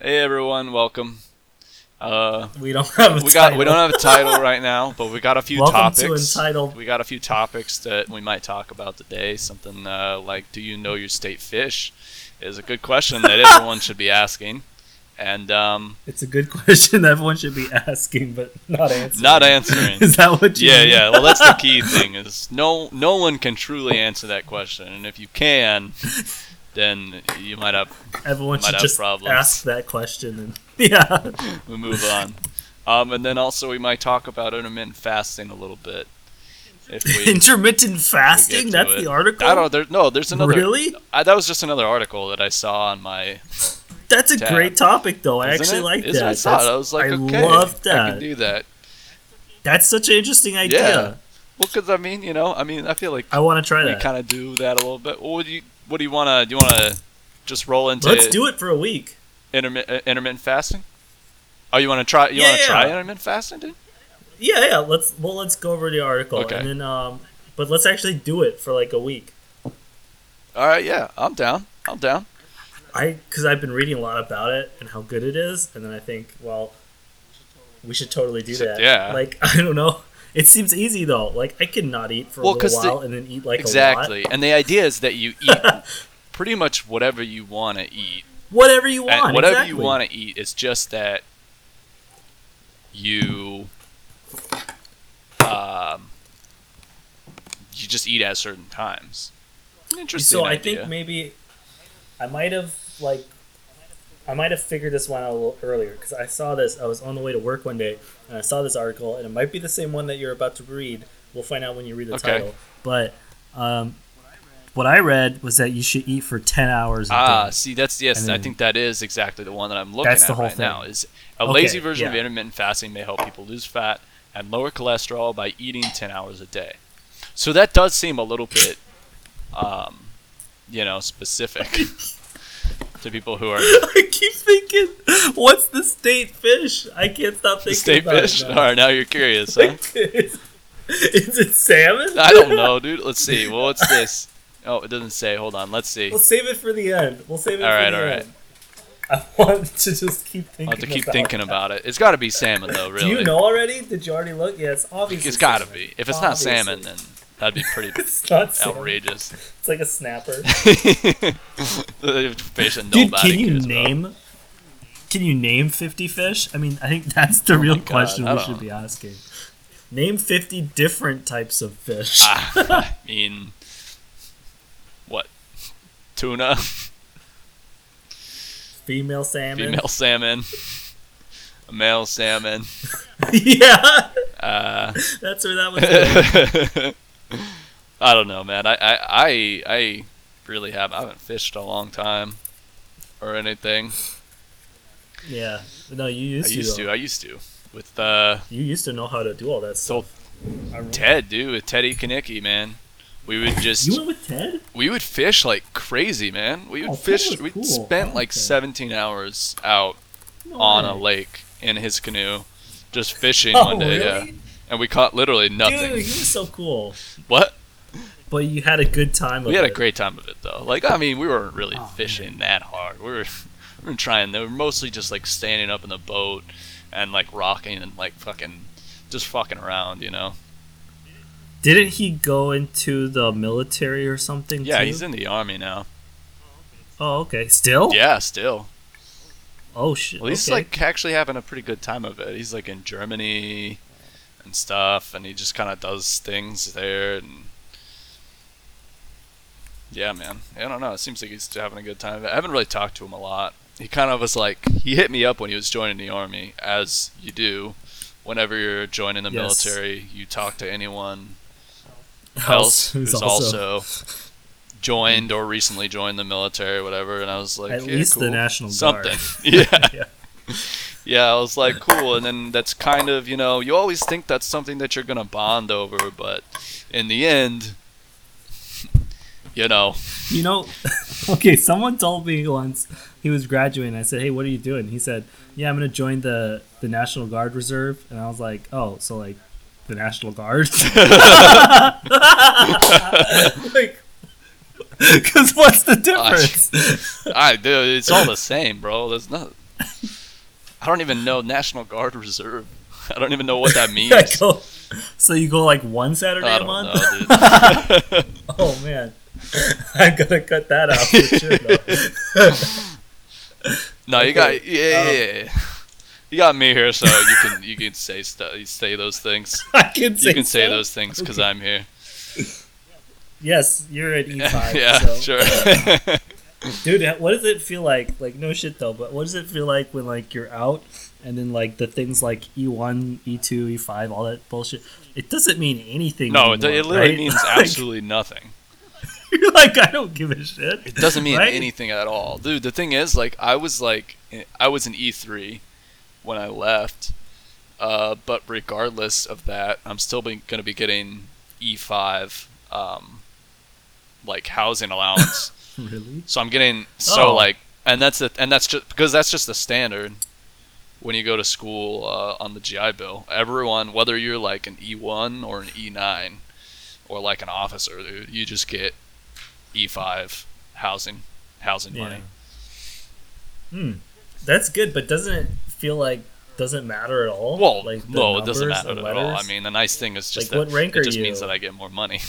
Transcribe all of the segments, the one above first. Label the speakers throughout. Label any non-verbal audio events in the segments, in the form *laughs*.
Speaker 1: Hey everyone, welcome. Uh,
Speaker 2: We don't have a
Speaker 1: we got
Speaker 2: title.
Speaker 1: we don't have a title right now, but we got a few
Speaker 2: Welcome
Speaker 1: topics.
Speaker 2: to Entitled.
Speaker 1: We got a few topics that we might talk about today. Something uh, like, do you know your state fish? Is a good question that everyone should be asking, and um,
Speaker 2: It's a good question that everyone should be asking, but not answering.
Speaker 1: not answering.
Speaker 2: *laughs* Is that what you
Speaker 1: yeah,
Speaker 2: mean?
Speaker 1: yeah. Well, that's the key thing is no no one can truly answer that question, and if you can, then you might have
Speaker 2: Everyone
Speaker 1: Might
Speaker 2: should
Speaker 1: have
Speaker 2: just
Speaker 1: problems.
Speaker 2: ask that question. And, *laughs* yeah.
Speaker 1: we move on. Um, and then also we might talk about intermittent fasting a little bit. If we,
Speaker 2: *laughs* Intermittent fasting?
Speaker 1: to
Speaker 2: That's
Speaker 1: it.
Speaker 2: the article?
Speaker 1: I don't. There, no, there's another.
Speaker 2: Really?
Speaker 1: I, that was just another article that I saw on my.
Speaker 2: That's a
Speaker 1: Tab.
Speaker 2: great topic, though. I
Speaker 1: Isn't
Speaker 2: actually
Speaker 1: it?
Speaker 2: like
Speaker 1: Isn't
Speaker 2: that.
Speaker 1: it? I saw it.
Speaker 2: That's-
Speaker 1: I was like,
Speaker 2: I
Speaker 1: okay,
Speaker 2: love
Speaker 1: I can
Speaker 2: that.
Speaker 1: do that.
Speaker 2: That's such an interesting idea.
Speaker 1: Yeah. Well, because I mean, you know, I mean, I feel like
Speaker 2: I want to try
Speaker 1: we
Speaker 2: that.
Speaker 1: kind of do that a little bit. What would you? What do you want to? Do you want to just roll into
Speaker 2: Let's do it for a week.
Speaker 1: intermi- uh, intermittent fasting? Oh, you want to try? You
Speaker 2: Yeah,
Speaker 1: want to
Speaker 2: yeah.
Speaker 1: try intermittent fasting, dude?
Speaker 2: Yeah, yeah. Let's well, let's go over the article
Speaker 1: Okay.
Speaker 2: and then um, but let's actually do it for like a week.
Speaker 1: All right, yeah, I'm down. I'm down.
Speaker 2: I because I've been reading a lot about it and how good it is, and then I think, well, we should totally do
Speaker 1: Should-
Speaker 2: that.
Speaker 1: yeah.
Speaker 2: Like *laughs* I don't know. It seems easy though. Like I could not eat for
Speaker 1: Well,
Speaker 2: a
Speaker 1: 'cause
Speaker 2: little
Speaker 1: the-
Speaker 2: while and then eat like a lot.
Speaker 1: exactly. And the idea is that you eat pretty much whatever you want to eat.
Speaker 2: *laughs* Whatever you
Speaker 1: And
Speaker 2: want.
Speaker 1: whatever you
Speaker 2: exactly.
Speaker 1: want to eat. It's just that you um, you just eat at certain times. An Interesting.
Speaker 2: So I
Speaker 1: idea.
Speaker 2: think maybe I might have like I might have figured this one out a little earlier because I saw this. I was on the way to work one day and I saw this article, and it might be the same one that you're about to read. We'll find out when you read the
Speaker 1: Okay.
Speaker 2: title. But um, what I read was that you should eat for ten hours. a
Speaker 1: Ah,
Speaker 2: day.
Speaker 1: see, that's yes.
Speaker 2: And
Speaker 1: I
Speaker 2: then-
Speaker 1: think that is exactly the one that I'm looking
Speaker 2: That's
Speaker 1: at
Speaker 2: the whole
Speaker 1: right
Speaker 2: thing.
Speaker 1: now. Is a
Speaker 2: Okay,
Speaker 1: lazy version of
Speaker 2: yeah.
Speaker 1: intermittent fasting may help people lose fat and lower cholesterol by eating 10 hours a day. So that does seem a little bit, um, you know, specific
Speaker 2: *laughs*
Speaker 1: to people who are
Speaker 2: I keep thinking, what's the state fish? I can't stop thinking
Speaker 1: the state
Speaker 2: about
Speaker 1: fish.
Speaker 2: it.
Speaker 1: All
Speaker 2: now.
Speaker 1: right, now you're curious, huh?
Speaker 2: *laughs* Is it salmon?
Speaker 1: I
Speaker 2: *laughs*
Speaker 1: don't know, dude. Let's see. Well, what's this? Oh, it doesn't say. Hold on. Let's see.
Speaker 2: We'll save it for the end. We'll save it
Speaker 1: All
Speaker 2: for
Speaker 1: right,
Speaker 2: the
Speaker 1: all right.
Speaker 2: end. *laughs* I want to just keep thinking.
Speaker 1: I'll have to keep
Speaker 2: about
Speaker 1: thinking
Speaker 2: it.
Speaker 1: about it. It's got to be salmon, though. Really.
Speaker 2: Do you know already? Did you already look? Yeah, it's obviously.
Speaker 1: It's got to
Speaker 2: salmon.
Speaker 1: be. If it's not
Speaker 2: Obviously.
Speaker 1: salmon, then that'd be pretty
Speaker 2: *laughs* It's not salmon. *laughs*
Speaker 1: outrageous. *laughs*
Speaker 2: It's like a snapper.
Speaker 1: the fish that nobody cares about.
Speaker 2: Can you name fifty fish? I mean, I think that's the real
Speaker 1: Oh God, question I we don't should know. be
Speaker 2: asking. Name fifty different types of fish.
Speaker 1: *laughs*
Speaker 2: *laughs*
Speaker 1: Ah, I mean, what? Tuna,
Speaker 2: Female salmon.
Speaker 1: female salmon, a male salmon.
Speaker 2: *laughs* yeah, *laughs*
Speaker 1: Uh,
Speaker 2: that's where that was. going.
Speaker 1: *laughs* I don't know, man. I, I, I, I really have. I haven't fished in a long time or anything.
Speaker 2: yeah. No,
Speaker 1: I
Speaker 2: you used to.
Speaker 1: used
Speaker 2: though.
Speaker 1: to. I used to with uh,
Speaker 2: You used to know how to do all that
Speaker 1: So-
Speaker 2: stuff. I remember-
Speaker 1: Ted, dude, with Teddy Kanicki, man. We would just
Speaker 2: You went with Ted?
Speaker 1: we would fish like crazy, man. We would
Speaker 2: Oh, that
Speaker 1: fish.
Speaker 2: was
Speaker 1: We
Speaker 2: cool. Oh,
Speaker 1: spent like
Speaker 2: Okay. Oh,
Speaker 1: 17 hours out
Speaker 2: No
Speaker 1: on
Speaker 2: way.
Speaker 1: a lake in his canoe, just fishing
Speaker 2: *laughs* Oh,
Speaker 1: one day.
Speaker 2: really?
Speaker 1: Yeah, and we caught literally nothing.
Speaker 2: Dude, you were so cool.
Speaker 1: What?
Speaker 2: But you had a good time.
Speaker 1: We
Speaker 2: of
Speaker 1: had a
Speaker 2: it.
Speaker 1: great time of it though. Like I mean, we weren't really
Speaker 2: Oh,
Speaker 1: fishing that hard. We were, *laughs* we were trying. They were mostly just like standing up in the boat and like rocking and like fucking, just fucking around, you know.
Speaker 2: Didn't he go into the military or something?
Speaker 1: Yeah,
Speaker 2: too?
Speaker 1: he's in the army now.
Speaker 2: Oh, okay. Still?
Speaker 1: Yeah, still.
Speaker 2: Oh shit.
Speaker 1: Well, he's
Speaker 2: okay. *laughs*
Speaker 1: like actually having a pretty good time of it. He's like in Germany and stuff, and he just kind of does things there. And yeah, man, I don't know. It seems like he's having a good time. I haven't really talked to him a lot. He kind of was like he hit me up when he was joining the army, as you do. Whenever you're joining the
Speaker 2: Yes.
Speaker 1: military, you talk to anyone else
Speaker 2: House,
Speaker 1: who's, also, joined or recently joined the military, whatever. And I was like,
Speaker 2: at
Speaker 1: yeah,
Speaker 2: least
Speaker 1: cool.
Speaker 2: the National Guard.
Speaker 1: something, *laughs*
Speaker 2: *laughs*
Speaker 1: yeah.
Speaker 2: yeah.
Speaker 1: Yeah, I was like, cool. And then that's kind of, you know, you always think that's something that you're going to bond over, but in the end, *laughs* you know,
Speaker 2: You know, *laughs* okay. Someone told me once he was graduating. I said, "Hey, what are you doing?" He said, "Yeah, I'm gonna join the the National Guard Reserve." And I was like, "Oh, so like the National Guard?" *laughs* like, because what's the difference?
Speaker 1: I, dude, it's all the same, bro. There's not. I don't even know National Guard Reserve. I don't even know what
Speaker 2: *laughs*
Speaker 1: that means.
Speaker 2: *laughs* I go, so you go like one Saturday
Speaker 1: I
Speaker 2: a
Speaker 1: don't
Speaker 2: month?
Speaker 1: know, dude.
Speaker 2: *laughs* oh man, I'm gonna cut that out for sure. Though. *laughs*
Speaker 1: no, you
Speaker 2: Okay, Um,
Speaker 1: got yeah, yeah, yeah, yeah. You got me here, so you can you can say stu say those things.
Speaker 2: I can say
Speaker 1: You can say
Speaker 2: so.
Speaker 1: those things because I'm here.
Speaker 2: Yes, you're at
Speaker 1: *laughs*
Speaker 2: E5.
Speaker 1: yeah,
Speaker 2: so. *laughs*
Speaker 1: sure.
Speaker 2: Dude, what does it feel like? Like, no shit though, but what does it feel like when like you're out and then like the things like E E1, E2, E5, E all that bullshit? It doesn't mean anything.
Speaker 1: no, it,
Speaker 2: anymore,
Speaker 1: it literally
Speaker 2: right?
Speaker 1: means
Speaker 2: *laughs* Like,
Speaker 1: absolutely nothing.
Speaker 2: You're like, I don't give a shit.
Speaker 1: It doesn't mean
Speaker 2: Right?
Speaker 1: anything at all, dude. The thing is, like, I was like, I was an E three when I left, uh, but regardless of that, I'm still going to be getting E five, um, like housing allowance.
Speaker 2: *laughs* Really?
Speaker 1: so I'm getting so
Speaker 2: Oh.
Speaker 1: like, and that's the and that's just because that's just the standard when you go to school uh, on the GI Bill. Everyone, whether you're like an E one or an E nine, or like an officer, dude, you just get E five housing housing
Speaker 2: Yeah.
Speaker 1: money.
Speaker 2: Hmm. That's good, but doesn't it feel like doesn't matter at all?
Speaker 1: Well,
Speaker 2: like the
Speaker 1: no, it doesn't
Speaker 2: numbers
Speaker 1: matter at
Speaker 2: and
Speaker 1: all. I
Speaker 2: letters?
Speaker 1: mean, the nice thing is just
Speaker 2: Like,
Speaker 1: that
Speaker 2: what rank
Speaker 1: it
Speaker 2: are
Speaker 1: just means
Speaker 2: you?
Speaker 1: that I get more money.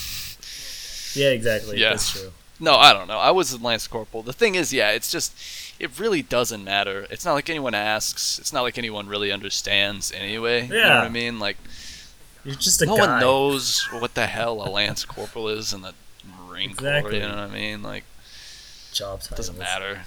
Speaker 2: yeah, exactly.
Speaker 1: Yeah.
Speaker 2: That's true.
Speaker 1: No, I don't know. I was a Lance Corporal. The thing is, yeah, it's just, it really doesn't matter. It's not like anyone asks. It's not like anyone really understands anyway. You know
Speaker 2: Yeah.
Speaker 1: what I mean? Like,
Speaker 2: You're just a
Speaker 1: no
Speaker 2: guy.
Speaker 1: one knows what the hell a Lance Corporal is in the Marine Corps.
Speaker 2: Exactly.
Speaker 1: You know what I mean? Like,
Speaker 2: Job
Speaker 1: it
Speaker 2: title
Speaker 1: doesn't matter.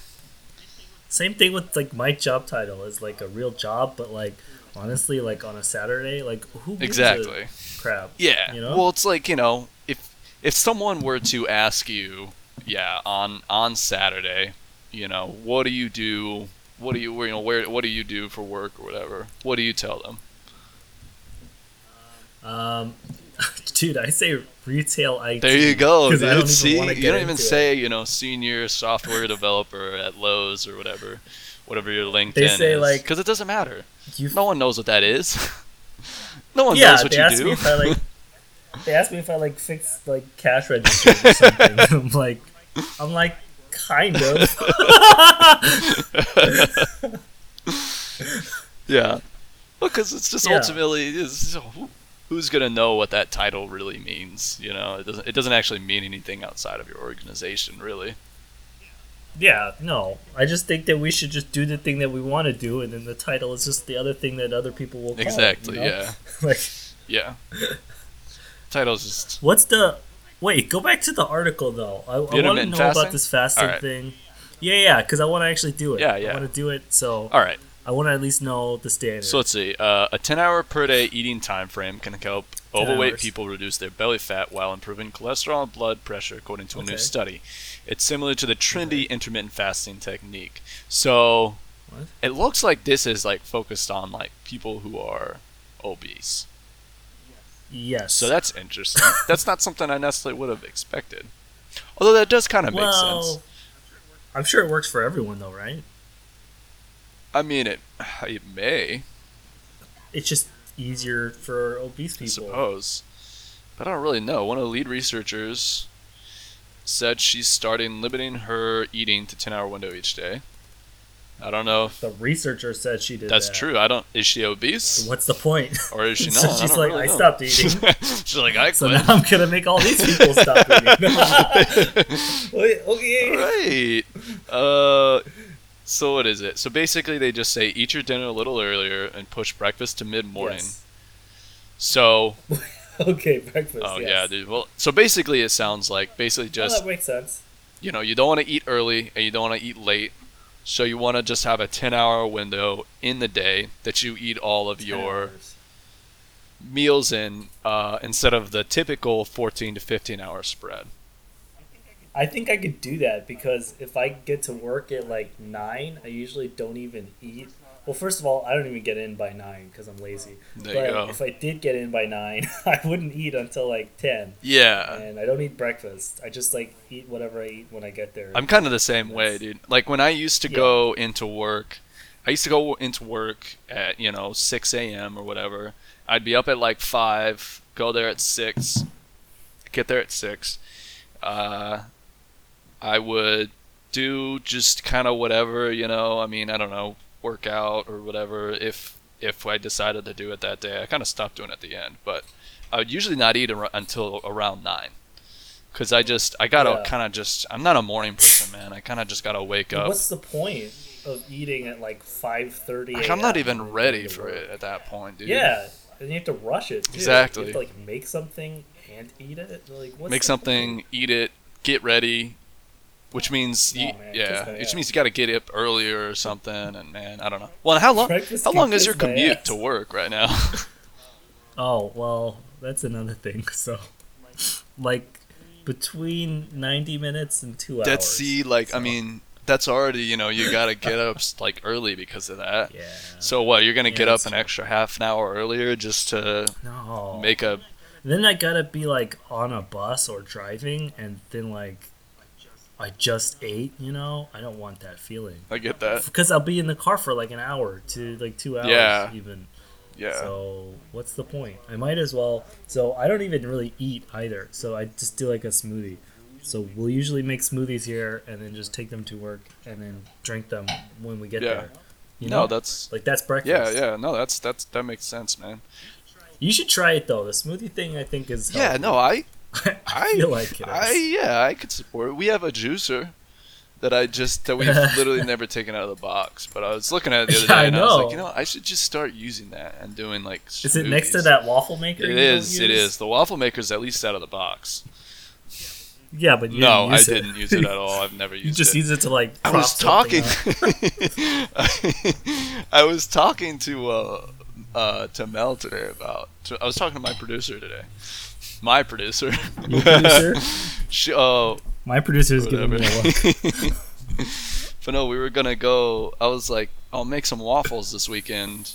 Speaker 2: Same thing with like my job title is like a real job, but like honestly, like on a Saturday, like who gives a
Speaker 1: Exactly.
Speaker 2: crap?
Speaker 1: Yeah.
Speaker 2: You know?
Speaker 1: Well, it's like, you know, if if someone were to ask you, yeah, on on Saturday, you know, what do you do? What do you, you know, where what do you do for work or whatever? What do you tell them?
Speaker 2: Um, *laughs* dude, I say retail IT.
Speaker 1: There you go,
Speaker 2: 'Cause
Speaker 1: dude.
Speaker 2: I don't even
Speaker 1: See,
Speaker 2: wanna
Speaker 1: you
Speaker 2: get
Speaker 1: don't even
Speaker 2: into it.
Speaker 1: say, you know, senior software developer at Lowe's or whatever, whatever your LinkedIn
Speaker 2: say,
Speaker 1: is,
Speaker 2: like-
Speaker 1: because it doesn't matter.
Speaker 2: You
Speaker 1: No one knows what that is. *laughs* no one
Speaker 2: yeah,
Speaker 1: knows what
Speaker 2: they
Speaker 1: you
Speaker 2: asked me
Speaker 1: do.
Speaker 2: if I like. they asked me if I like fixed like cash registers or something. *laughs* I'm like, I'm like, kind
Speaker 1: *laughs*
Speaker 2: of.
Speaker 1: *laughs*
Speaker 2: *laughs*
Speaker 1: yeah, because it's just
Speaker 2: Yeah.
Speaker 1: ultimately it's, oh, who- who's gonna know what that title really means? You know, it doesn't. It doesn't actually mean anything outside of your organization, really.
Speaker 2: yeah, no. I just think that we should just do the thing that we want to do, and then the title is just the other thing that other people will. Call it, you
Speaker 1: Exactly.
Speaker 2: know?
Speaker 1: Yeah.
Speaker 2: *laughs* like,
Speaker 1: Yeah.
Speaker 2: *laughs*
Speaker 1: Titles just
Speaker 2: what's the? Wait, go back to the article though. I, I want to know
Speaker 1: Intermittent fasting?
Speaker 2: about this fasting
Speaker 1: All right.
Speaker 2: thing. Yeah, yeah, because I want to actually do it.
Speaker 1: Yeah,
Speaker 2: I
Speaker 1: yeah.
Speaker 2: want to do it, so
Speaker 1: all right.
Speaker 2: I want to at least know the standard.
Speaker 1: So let's see. Uh, a 10 hour per day eating time frame can help
Speaker 2: 10
Speaker 1: overweight
Speaker 2: hours.
Speaker 1: people reduce their belly fat while improving cholesterol and blood pressure, according to a new
Speaker 2: Okay.
Speaker 1: study. It's similar to the trendy intermittent fasting technique. So
Speaker 2: What?
Speaker 1: it looks like this is like focused on like people who are obese.
Speaker 2: yes.
Speaker 1: So that's
Speaker 2: *laughs*
Speaker 1: interesting. that's not something I necessarily would have expected. Although that does kind of make
Speaker 2: well,
Speaker 1: sense.
Speaker 2: I'm sure it works for everyone though, right?
Speaker 1: I mean, it it may,
Speaker 2: It's just easier for obese
Speaker 1: I
Speaker 2: people.
Speaker 1: suppose. But I don't really know. One of the lead researchers said she's starting limiting her eating to 10 hour window each day. I don't know if
Speaker 2: The researcher said she did.
Speaker 1: that's
Speaker 2: that.
Speaker 1: true. I don't. Is she obese
Speaker 2: What's the point?
Speaker 1: or is she not?
Speaker 2: *laughs* So she's
Speaker 1: don't
Speaker 2: like,
Speaker 1: really
Speaker 2: "I
Speaker 1: know."
Speaker 2: stopped eating."
Speaker 1: *laughs* she's like, I
Speaker 2: so
Speaker 1: quit.
Speaker 2: now I'm gonna make all these
Speaker 1: *laughs*
Speaker 2: people stop eating. Wait, okay.
Speaker 1: right. Uh, so what is it? So basically, they just say eat your dinner a little earlier and push breakfast to mid morning.
Speaker 2: Yes.
Speaker 1: So
Speaker 2: Okay, breakfast.
Speaker 1: oh
Speaker 2: yes.
Speaker 1: yeah, dude. Well, so basically, it sounds like basically
Speaker 2: Oh,
Speaker 1: just
Speaker 2: that makes sense.
Speaker 1: you know you don't want to eat early and you don't want to eat late so you want to just have a 10 hour window in the day that you eat all of your meals in uh, instead of the typical 14 to 15 hour spread
Speaker 2: I think I could do that because if I get to work at like nine, I usually don't even eat. Well, first of all, I don't even get in by nine because I'm lazy.
Speaker 1: There
Speaker 2: but
Speaker 1: you go.
Speaker 2: if I did get in by nine, *laughs* I wouldn't eat until like ten,
Speaker 1: yeah
Speaker 2: and I don't eat breakfast. I just like eat whatever I eat when I get there.
Speaker 1: i'm kind of the same way dude like when i used to
Speaker 2: Yeah.
Speaker 1: go into work i used to go into work at you know 6 a.m or whatever i'd be up at like 5 go there at 6 get there at 6 uh, I would do just kind of whatever, you know. I mean, I don't know, workout or whatever if if I decided to do it that day. I kind of stopped doing it at the end, but I would usually not eat ar- until around nine, because I just I gotta
Speaker 2: Yeah.
Speaker 1: kind of just I'm not a morning person, man. I kind of just gotta wake up.
Speaker 2: What's the point of eating at like five thirty?
Speaker 1: Like, I'm not even ready for it at that point, dude.
Speaker 2: Yeah, and you have to rush it. Too.
Speaker 1: Exactly.
Speaker 2: You have to like make something and eat it. Like what's
Speaker 1: Make
Speaker 2: the
Speaker 1: something, eat it, get ready, which means
Speaker 2: Oh,
Speaker 1: you,
Speaker 2: man,
Speaker 1: yeah,
Speaker 2: just, uh,
Speaker 1: which
Speaker 2: yeah.
Speaker 1: means you got to get up earlier or something. And man, I don't know. Well, how long?
Speaker 2: Breakfast
Speaker 1: How
Speaker 2: can
Speaker 1: long is
Speaker 2: kiss
Speaker 1: your
Speaker 2: my
Speaker 1: commute
Speaker 2: ass.
Speaker 1: to work right *laughs* now?
Speaker 2: Oh well, that's another thing. *laughs* So, like between ninety minutes and two
Speaker 1: Dead
Speaker 2: hours.
Speaker 1: Sea, like I
Speaker 2: so-
Speaker 1: mean, that's already you know you got to get
Speaker 2: *laughs*
Speaker 1: up like early because of that.
Speaker 2: Yeah.
Speaker 1: So what? You're gonna
Speaker 2: Yeah,
Speaker 1: get up
Speaker 2: that's
Speaker 1: an
Speaker 2: true. Oh,
Speaker 1: extra half an hour earlier just to
Speaker 2: no.
Speaker 1: make a
Speaker 2: then I gotta be like on a bus or driving, and then like I just ate. You know, I don't want that feeling
Speaker 1: I get that.
Speaker 2: because I'll be in the car for like an hour to like two hours
Speaker 1: Yeah.
Speaker 2: even.
Speaker 1: Yeah.
Speaker 2: So what's the point? I might as well. So I don't even really eat either. So I just do like a smoothie. So we'll usually make smoothies here and then just take them to work and then drink them when we get
Speaker 1: Yeah.
Speaker 2: there. You
Speaker 1: no,
Speaker 2: know,
Speaker 1: that's
Speaker 2: like that's breakfast.
Speaker 1: yeah, yeah. No, that's that's that makes sense, man.
Speaker 2: You should try it though. The smoothie thing I think is
Speaker 1: Yeah, no, I
Speaker 2: healthy. *laughs* I *laughs*
Speaker 1: I-
Speaker 2: feel Oh. like it is.
Speaker 1: I yeah, I could support. it. We have a juicer that I just that
Speaker 2: *laughs*
Speaker 1: we've literally never taken out of the box. But I was looking at it the other day,
Speaker 2: Yeah, *laughs* I
Speaker 1: and I was like,
Speaker 2: know.
Speaker 1: you know, I should just start using that and doing like.
Speaker 2: Is it next to
Speaker 1: smoothies.
Speaker 2: that waffle maker?
Speaker 1: It
Speaker 2: you don't
Speaker 1: is. It
Speaker 2: use?
Speaker 1: is. The waffle maker's at least out of the box.
Speaker 2: Yeah, but you
Speaker 1: No,
Speaker 2: didn't
Speaker 1: I
Speaker 2: use
Speaker 1: didn't use it
Speaker 2: *laughs*
Speaker 1: at all. I've never used
Speaker 2: you just
Speaker 1: it.
Speaker 2: use it to like.
Speaker 1: I
Speaker 2: prop
Speaker 1: was
Speaker 2: something
Speaker 1: talking. *laughs*
Speaker 2: up.
Speaker 1: I was talking to uh, uh, to Mel today about. To, I was talking to my producer today. My producer.
Speaker 2: Your producer?
Speaker 1: *laughs* she, oh,
Speaker 2: My producer is giving
Speaker 1: whatever.
Speaker 2: me a look.
Speaker 1: *laughs* but no, we were gonna go. I was like, I'll make some waffles this weekend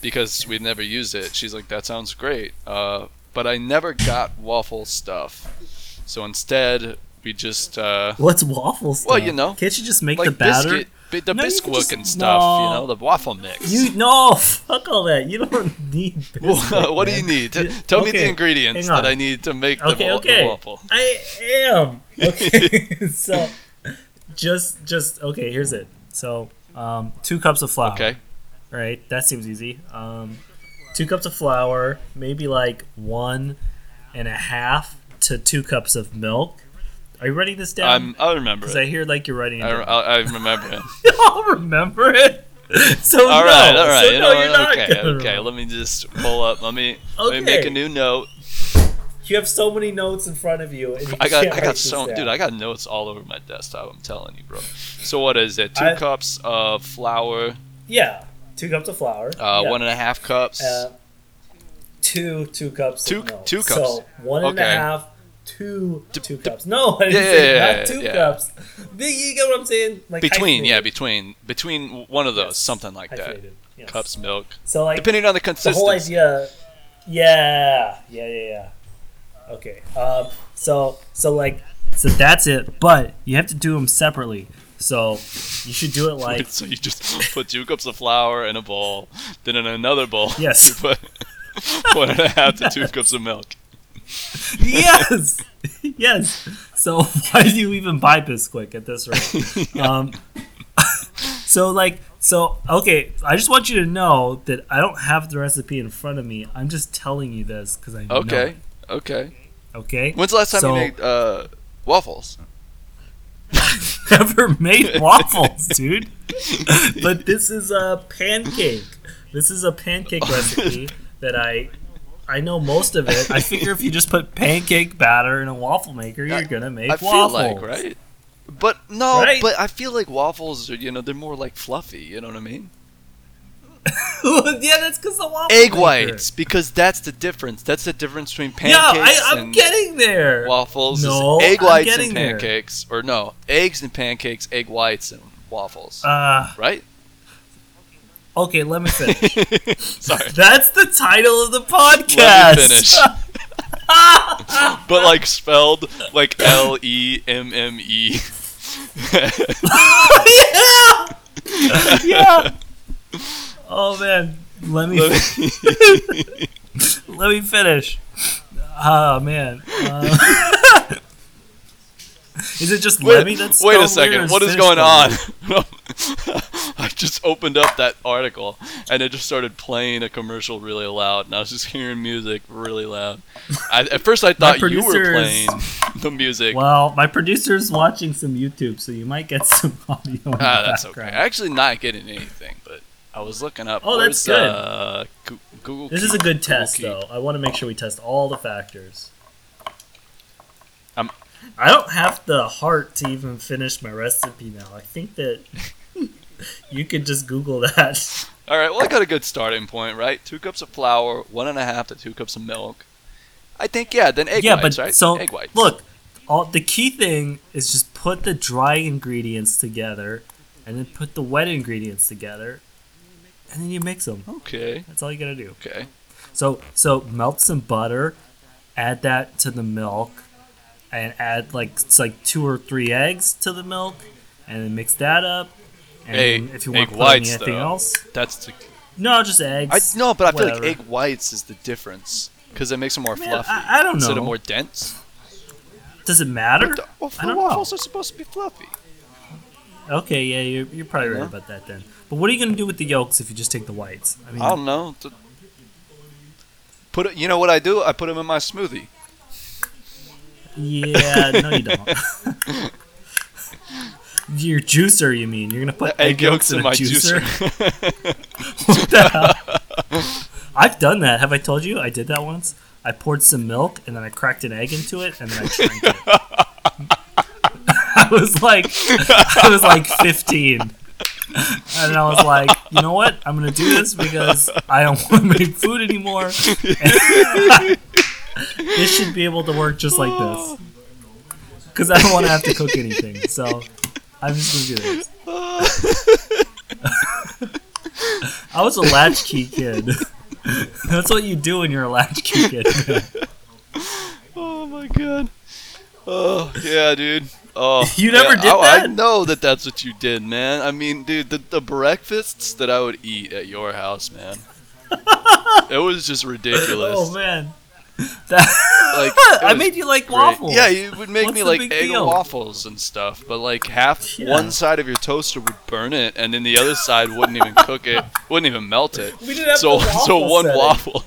Speaker 1: because we've never used it. She's like, that sounds great. Uh, but I never got waffle stuff, so instead we just uh,
Speaker 2: What's waffle stuff?
Speaker 1: Well, you know,
Speaker 2: can't you just make
Speaker 1: like
Speaker 2: the batter?
Speaker 1: biscuit, bi- the
Speaker 2: No, you
Speaker 1: biscuit
Speaker 2: could just-
Speaker 1: and stuff. You
Speaker 2: no.
Speaker 1: know, the waffle mix.
Speaker 2: You
Speaker 1: *laughs*
Speaker 2: no, fuck all that. You don't need. Biscuit,
Speaker 1: Well,
Speaker 2: *laughs*
Speaker 1: what do you
Speaker 2: man.
Speaker 1: need? T-
Speaker 2: Yeah,
Speaker 1: Tell me the
Speaker 2: okay,
Speaker 1: ingredients
Speaker 2: hang
Speaker 1: that
Speaker 2: on.
Speaker 1: I need to make the,
Speaker 2: Okay,
Speaker 1: wa- the
Speaker 2: okay.
Speaker 1: waffle.
Speaker 2: I am
Speaker 1: *laughs*
Speaker 2: okay. *laughs* so, just just okay. Here's it. So, um, two cups of flour.
Speaker 1: Okay.
Speaker 2: right? That seems easy. Um, two cups of flour, maybe like one and a half to two cups of milk. Are you writing this down?
Speaker 1: I'm, Um, I remember
Speaker 2: Um, Because
Speaker 1: it.
Speaker 2: I hear like you're writing it
Speaker 1: I,
Speaker 2: *laughs* down.
Speaker 1: I, I remember it.
Speaker 2: I'll remember it. *laughs* So
Speaker 1: All
Speaker 2: no,
Speaker 1: right, all right.
Speaker 2: so
Speaker 1: you
Speaker 2: no,
Speaker 1: know
Speaker 2: you're
Speaker 1: what?
Speaker 2: not
Speaker 1: okay,
Speaker 2: gonna
Speaker 1: okay.
Speaker 2: remember.
Speaker 1: Let me just pull up. Let me let me
Speaker 2: Okay.
Speaker 1: make a new note.
Speaker 2: You have so many notes in front of you. And you
Speaker 1: I got
Speaker 2: can't
Speaker 1: I
Speaker 2: write
Speaker 1: got
Speaker 2: this
Speaker 1: so
Speaker 2: down.
Speaker 1: dude. I got notes all over my desktop. I'm telling you, bro. So what is it? Two
Speaker 2: I-
Speaker 1: cups of flour.
Speaker 2: yeah, two cups of flour.
Speaker 1: Uh,
Speaker 2: yeah.
Speaker 1: one and a half cups.
Speaker 2: Uh, two two cups.
Speaker 1: Two-
Speaker 2: of milk.
Speaker 1: two cups.
Speaker 2: So one and a
Speaker 1: Okay.
Speaker 2: half, two
Speaker 1: D-
Speaker 2: two
Speaker 1: d-
Speaker 2: cups. No, *laughs* I didn't
Speaker 1: Yeah,
Speaker 2: say
Speaker 1: yeah,
Speaker 2: not
Speaker 1: yeah,
Speaker 2: two
Speaker 1: yeah.
Speaker 2: cups. But you get what I'm saying? Like
Speaker 1: between
Speaker 2: hyphenated.
Speaker 1: yeah, between between one of those,
Speaker 2: Yes,
Speaker 1: something like that.
Speaker 2: hyphenated, yes.
Speaker 1: Cups, milk,
Speaker 2: So like
Speaker 1: depending on the
Speaker 2: the
Speaker 1: consistency.
Speaker 2: whole idea. Yeah, yeah, yeah, yeah. Okay. Um. So so like so that's it. But you have to do them separately. So you should do it like
Speaker 1: *laughs* so you just put two cups of flour in a bowl, then in another bowl, *laughs*
Speaker 2: Yes.
Speaker 1: you put one and a half to two cups of milk. *laughs*
Speaker 2: yes, *laughs* yes. So *laughs* why do you even buy Bisquick at
Speaker 1: *laughs*
Speaker 2: this rate? Um, *laughs* so like, so okay. I just want you to know that I don't have the recipe in front of me. I'm just telling you this because I know.
Speaker 1: Okay,
Speaker 2: it,
Speaker 1: okay.
Speaker 2: Okay.
Speaker 1: When's the last time
Speaker 2: So-
Speaker 1: you
Speaker 2: *laughs*
Speaker 1: made uh, waffles?
Speaker 2: Never
Speaker 1: *laughs*
Speaker 2: made waffles, dude. *laughs* but this is a pancake. This is
Speaker 1: *laughs*
Speaker 2: a pancake recipe that I. I know most of it. I figure if you just put pancake batter in a waffle maker, you're gonna
Speaker 1: *laughs*
Speaker 2: make
Speaker 1: I feel
Speaker 2: waffles.
Speaker 1: like right, but no,
Speaker 2: Right?
Speaker 1: but I feel like waffles are you know they're more like fluffy. You know what I mean?
Speaker 2: *laughs* yeah, that's because the waffle
Speaker 1: Egg
Speaker 2: maker.
Speaker 1: whites because that's the difference. That's the difference between
Speaker 2: Yeah, I,
Speaker 1: pancakes
Speaker 2: I'm
Speaker 1: and
Speaker 2: getting there.
Speaker 1: waffles. is
Speaker 2: No,
Speaker 1: egg
Speaker 2: I'm
Speaker 1: whites and
Speaker 2: getting there.
Speaker 1: pancakes, or no, eggs and pancakes, egg whites and waffles.
Speaker 2: Uh, *laughs*
Speaker 1: right?
Speaker 2: okay, let me
Speaker 1: *laughs*
Speaker 2: finish.
Speaker 1: Sorry.
Speaker 2: *laughs* that's the title of the podcast.
Speaker 1: Let me
Speaker 2: *laughs*
Speaker 1: finish. *laughs* but like spelled like L E M M E.
Speaker 2: yeah. *laughs*
Speaker 1: *laughs*
Speaker 2: yeah. *laughs* Oh man, let me *laughs* let me finish. Oh man. Uh, *laughs* is it just
Speaker 1: Wait,
Speaker 2: Lemmy that's
Speaker 1: wait a
Speaker 2: spelled weird or
Speaker 1: second. What is
Speaker 2: Finnish
Speaker 1: going
Speaker 2: spelled
Speaker 1: on? *laughs* I just opened up that article and it just started playing a commercial really loud, and I was just hearing music really loud. I, at first, I thought you were
Speaker 2: producer
Speaker 1: playing
Speaker 2: is-
Speaker 1: the music.
Speaker 2: Well, my producer's watching some YouTube, so you might get some *laughs* audio. In
Speaker 1: ah,
Speaker 2: the
Speaker 1: that's okay.
Speaker 2: background.
Speaker 1: Actually, not getting anything, but I was looking up.
Speaker 2: Oh, that's
Speaker 1: where's,
Speaker 2: good.
Speaker 1: Uh, Goo- Google.
Speaker 2: This
Speaker 1: Keep-
Speaker 2: is a good
Speaker 1: Google
Speaker 2: test,
Speaker 1: Keep.
Speaker 2: though. I want to make sure we test all the factors.
Speaker 1: I'm-
Speaker 2: I don't have the heart to even finish my recipe now. I think
Speaker 1: *laughs*
Speaker 2: that you could just Google that.
Speaker 1: All right. Well, I got a good starting point, right? Two cups of flour, one and a half to two cups of milk. I think yeah. Then egg
Speaker 2: yeah,
Speaker 1: whites,
Speaker 2: but
Speaker 1: right?
Speaker 2: so
Speaker 1: egg whites.
Speaker 2: look, all the key thing is just put the dry ingredients together, and then put the wet ingredients together, and then you mix them.
Speaker 1: Okay.
Speaker 2: That's all you gotta do.
Speaker 1: Okay.
Speaker 2: So so melt some butter, add that to the milk, and add like it's like two or three eggs to the milk, and then mix that up. And
Speaker 1: Egg-
Speaker 2: if you want
Speaker 1: egg
Speaker 2: to put
Speaker 1: whites,
Speaker 2: in anything
Speaker 1: though.
Speaker 2: else,
Speaker 1: That's the.
Speaker 2: no, just
Speaker 1: I,
Speaker 2: eggs.
Speaker 1: no, but I feel
Speaker 2: whatever.
Speaker 1: like egg whites is the difference because it makes them more
Speaker 2: Man,
Speaker 1: fluffy
Speaker 2: I- I don't
Speaker 1: instead
Speaker 2: know.
Speaker 1: of more uh, dense.
Speaker 2: Does it matter?
Speaker 1: What the- well,
Speaker 2: I don't know.
Speaker 1: waffles are supposed to be fluffy.
Speaker 2: Okay, yeah, you're, you're probably right
Speaker 1: Yeah.
Speaker 2: about that then. But what are you gonna do with the yolks if you just take the whites? I mean,
Speaker 1: I don't know. Th- Put it, you know what I do? I put them in my smoothie.
Speaker 2: yeah, no,
Speaker 1: *laughs*
Speaker 2: you don't. *laughs* Your juicer, you mean? You're gonna put
Speaker 1: Egg yolks in
Speaker 2: a
Speaker 1: my juicer.
Speaker 2: *laughs*
Speaker 1: *laughs*
Speaker 2: What the hell? *laughs* I've done that. Have I told you? I did that once. I poured some milk and then I cracked an egg into it and then I drank it. *laughs* I was like, I was like 15, and I was like, you know what? I'm gonna do this because I don't *laughs* want to make food anymore. *laughs* this should be able to work just like this because I don't want to have to cook anything. So I'm just gonna do this. I was a latchkey kid. *laughs* That's what you do when you're a
Speaker 1: *laughs*
Speaker 2: latchkey kid.
Speaker 1: oh my god. Oh yeah, dude. Oh,
Speaker 2: *laughs* You never
Speaker 1: yeah,
Speaker 2: did
Speaker 1: I, I
Speaker 2: that?
Speaker 1: know that that's what you did, man. I mean, dude, the, the breakfasts that I would eat at your house,
Speaker 2: *laughs*
Speaker 1: man. it was just ridiculous.
Speaker 2: oh man, that,
Speaker 1: Like it
Speaker 2: *laughs* I
Speaker 1: was
Speaker 2: made you like
Speaker 1: great.
Speaker 2: waffles.
Speaker 1: Yeah, you would make
Speaker 2: What's
Speaker 1: me
Speaker 2: the
Speaker 1: like
Speaker 2: big
Speaker 1: egg
Speaker 2: deal?
Speaker 1: waffles and stuff, but like half
Speaker 2: Yeah.
Speaker 1: one side of your toaster would burn it, and then the other side wouldn't even cook it, wouldn't even melt it.
Speaker 2: We didn't have
Speaker 1: so
Speaker 2: the
Speaker 1: so
Speaker 2: waffle
Speaker 1: one
Speaker 2: setting.
Speaker 1: waffle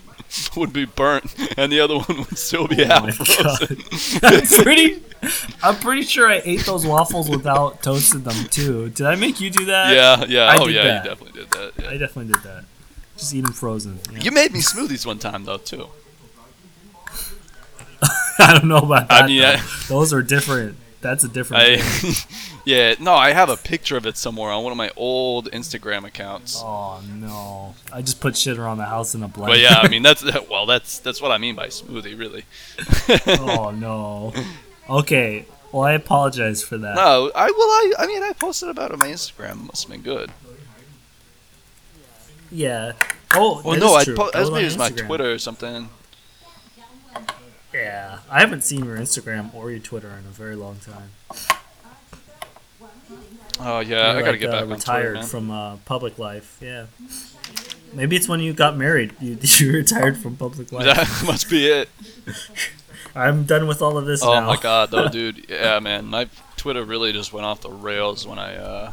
Speaker 1: *laughs* would be burnt, and the other one would still be
Speaker 2: Oh my
Speaker 1: half frozen.
Speaker 2: god, *laughs* I'm pretty. I'm pretty sure I ate those waffles without toasting them too. Did I make you do that?
Speaker 1: *laughs* Yeah, yeah.
Speaker 2: I
Speaker 1: oh
Speaker 2: did
Speaker 1: yeah,
Speaker 2: that.
Speaker 1: you definitely did that. yeah.
Speaker 2: I definitely did that. Just eat them frozen. *laughs* yeah.
Speaker 1: You made me smoothies one time though too.
Speaker 2: I don't know about
Speaker 1: I
Speaker 2: that.
Speaker 1: mean,
Speaker 2: though.
Speaker 1: I-
Speaker 2: Those are different. That's a different.
Speaker 1: I,
Speaker 2: thing.
Speaker 1: *laughs* yeah, no, I have a picture of it somewhere on one of my old Instagram accounts.
Speaker 2: Oh no! I just put shit around the house in a blender.
Speaker 1: But yeah,
Speaker 2: *laughs*
Speaker 1: I mean that's *laughs* well, that's that's what I mean by smoothie, really.
Speaker 2: oh no. Okay. Well, I apologize for that.
Speaker 1: No, I well, I I mean, I posted about it on my Instagram. Must have been good.
Speaker 2: Yeah. Oh.
Speaker 1: Well,
Speaker 2: that
Speaker 1: no,
Speaker 2: is
Speaker 1: I
Speaker 2: true.
Speaker 1: po-
Speaker 2: That
Speaker 1: that's
Speaker 2: was on
Speaker 1: maybe it was my
Speaker 2: Instagram.
Speaker 1: Twitter or something.
Speaker 2: Yeah, I haven't seen your Instagram or your Twitter in a very long time.
Speaker 1: Oh yeah,
Speaker 2: You're,
Speaker 1: I gotta
Speaker 2: like,
Speaker 1: get
Speaker 2: uh,
Speaker 1: back on
Speaker 2: Retired
Speaker 1: Twitter, man. *laughs*
Speaker 2: from uh, public life. Yeah. Maybe it's when you got married. You, *laughs* you retired from public life.
Speaker 1: that must be
Speaker 2: *laughs*
Speaker 1: it.
Speaker 2: I'm done with all of this
Speaker 1: Oh
Speaker 2: now.
Speaker 1: my god, though, dude. Yeah, man, my Twitter really just went off the rails when I uh,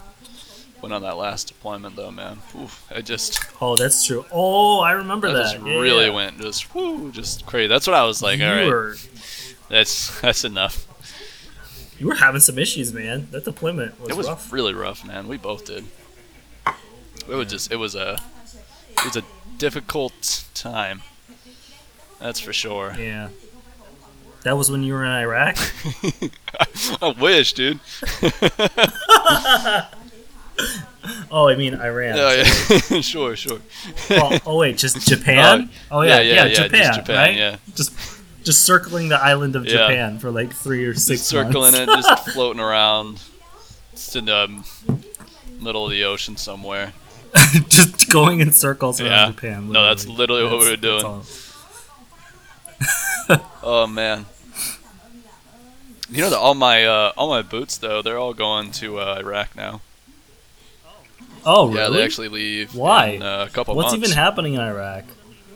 Speaker 1: went on that last deployment, though, man. Oof, I just
Speaker 2: Oh, that's true. Oh, I remember
Speaker 1: I
Speaker 2: that.
Speaker 1: just
Speaker 2: Yeah,
Speaker 1: really
Speaker 2: yeah.
Speaker 1: went just whoo, just crazy. That's what I was like.
Speaker 2: you
Speaker 1: All right,
Speaker 2: were
Speaker 1: that's that's enough.
Speaker 2: you were having some issues, man. That deployment was,
Speaker 1: It was
Speaker 2: rough.
Speaker 1: really rough, man. We both did. It was just it was a it was a difficult time. That's for sure. *laughs*
Speaker 2: Yeah. That was when you were in Iraq. *laughs*
Speaker 1: I wish, dude.
Speaker 2: Oh, I mean Iran.
Speaker 1: No, yeah. *laughs* sure, sure.
Speaker 2: oh, oh wait, just Japan.
Speaker 1: *laughs* Oh,
Speaker 2: Oh yeah,
Speaker 1: yeah, yeah,
Speaker 2: yeah,
Speaker 1: yeah, just
Speaker 2: Japan,
Speaker 1: Japan,
Speaker 2: right?
Speaker 1: yeah.
Speaker 2: Just, just circling the island of
Speaker 1: Yeah.
Speaker 2: Japan for like three or six
Speaker 1: Just circling
Speaker 2: months.
Speaker 1: it, just *laughs* floating around. Just in the um, middle of the ocean somewhere.
Speaker 2: it, *laughs* just going in circles around
Speaker 1: Yeah.
Speaker 2: Japan.
Speaker 1: No, that's literally what we were
Speaker 2: That's-
Speaker 1: doing.
Speaker 2: that's
Speaker 1: Oh man. You know that all my uh, all my boots though, they're all going to uh, Iraq now.
Speaker 2: all. Oh really?
Speaker 1: Yeah, they actually leave.
Speaker 2: Why?
Speaker 1: In, uh, a couple
Speaker 2: What's
Speaker 1: months.
Speaker 2: even happening in Iraq?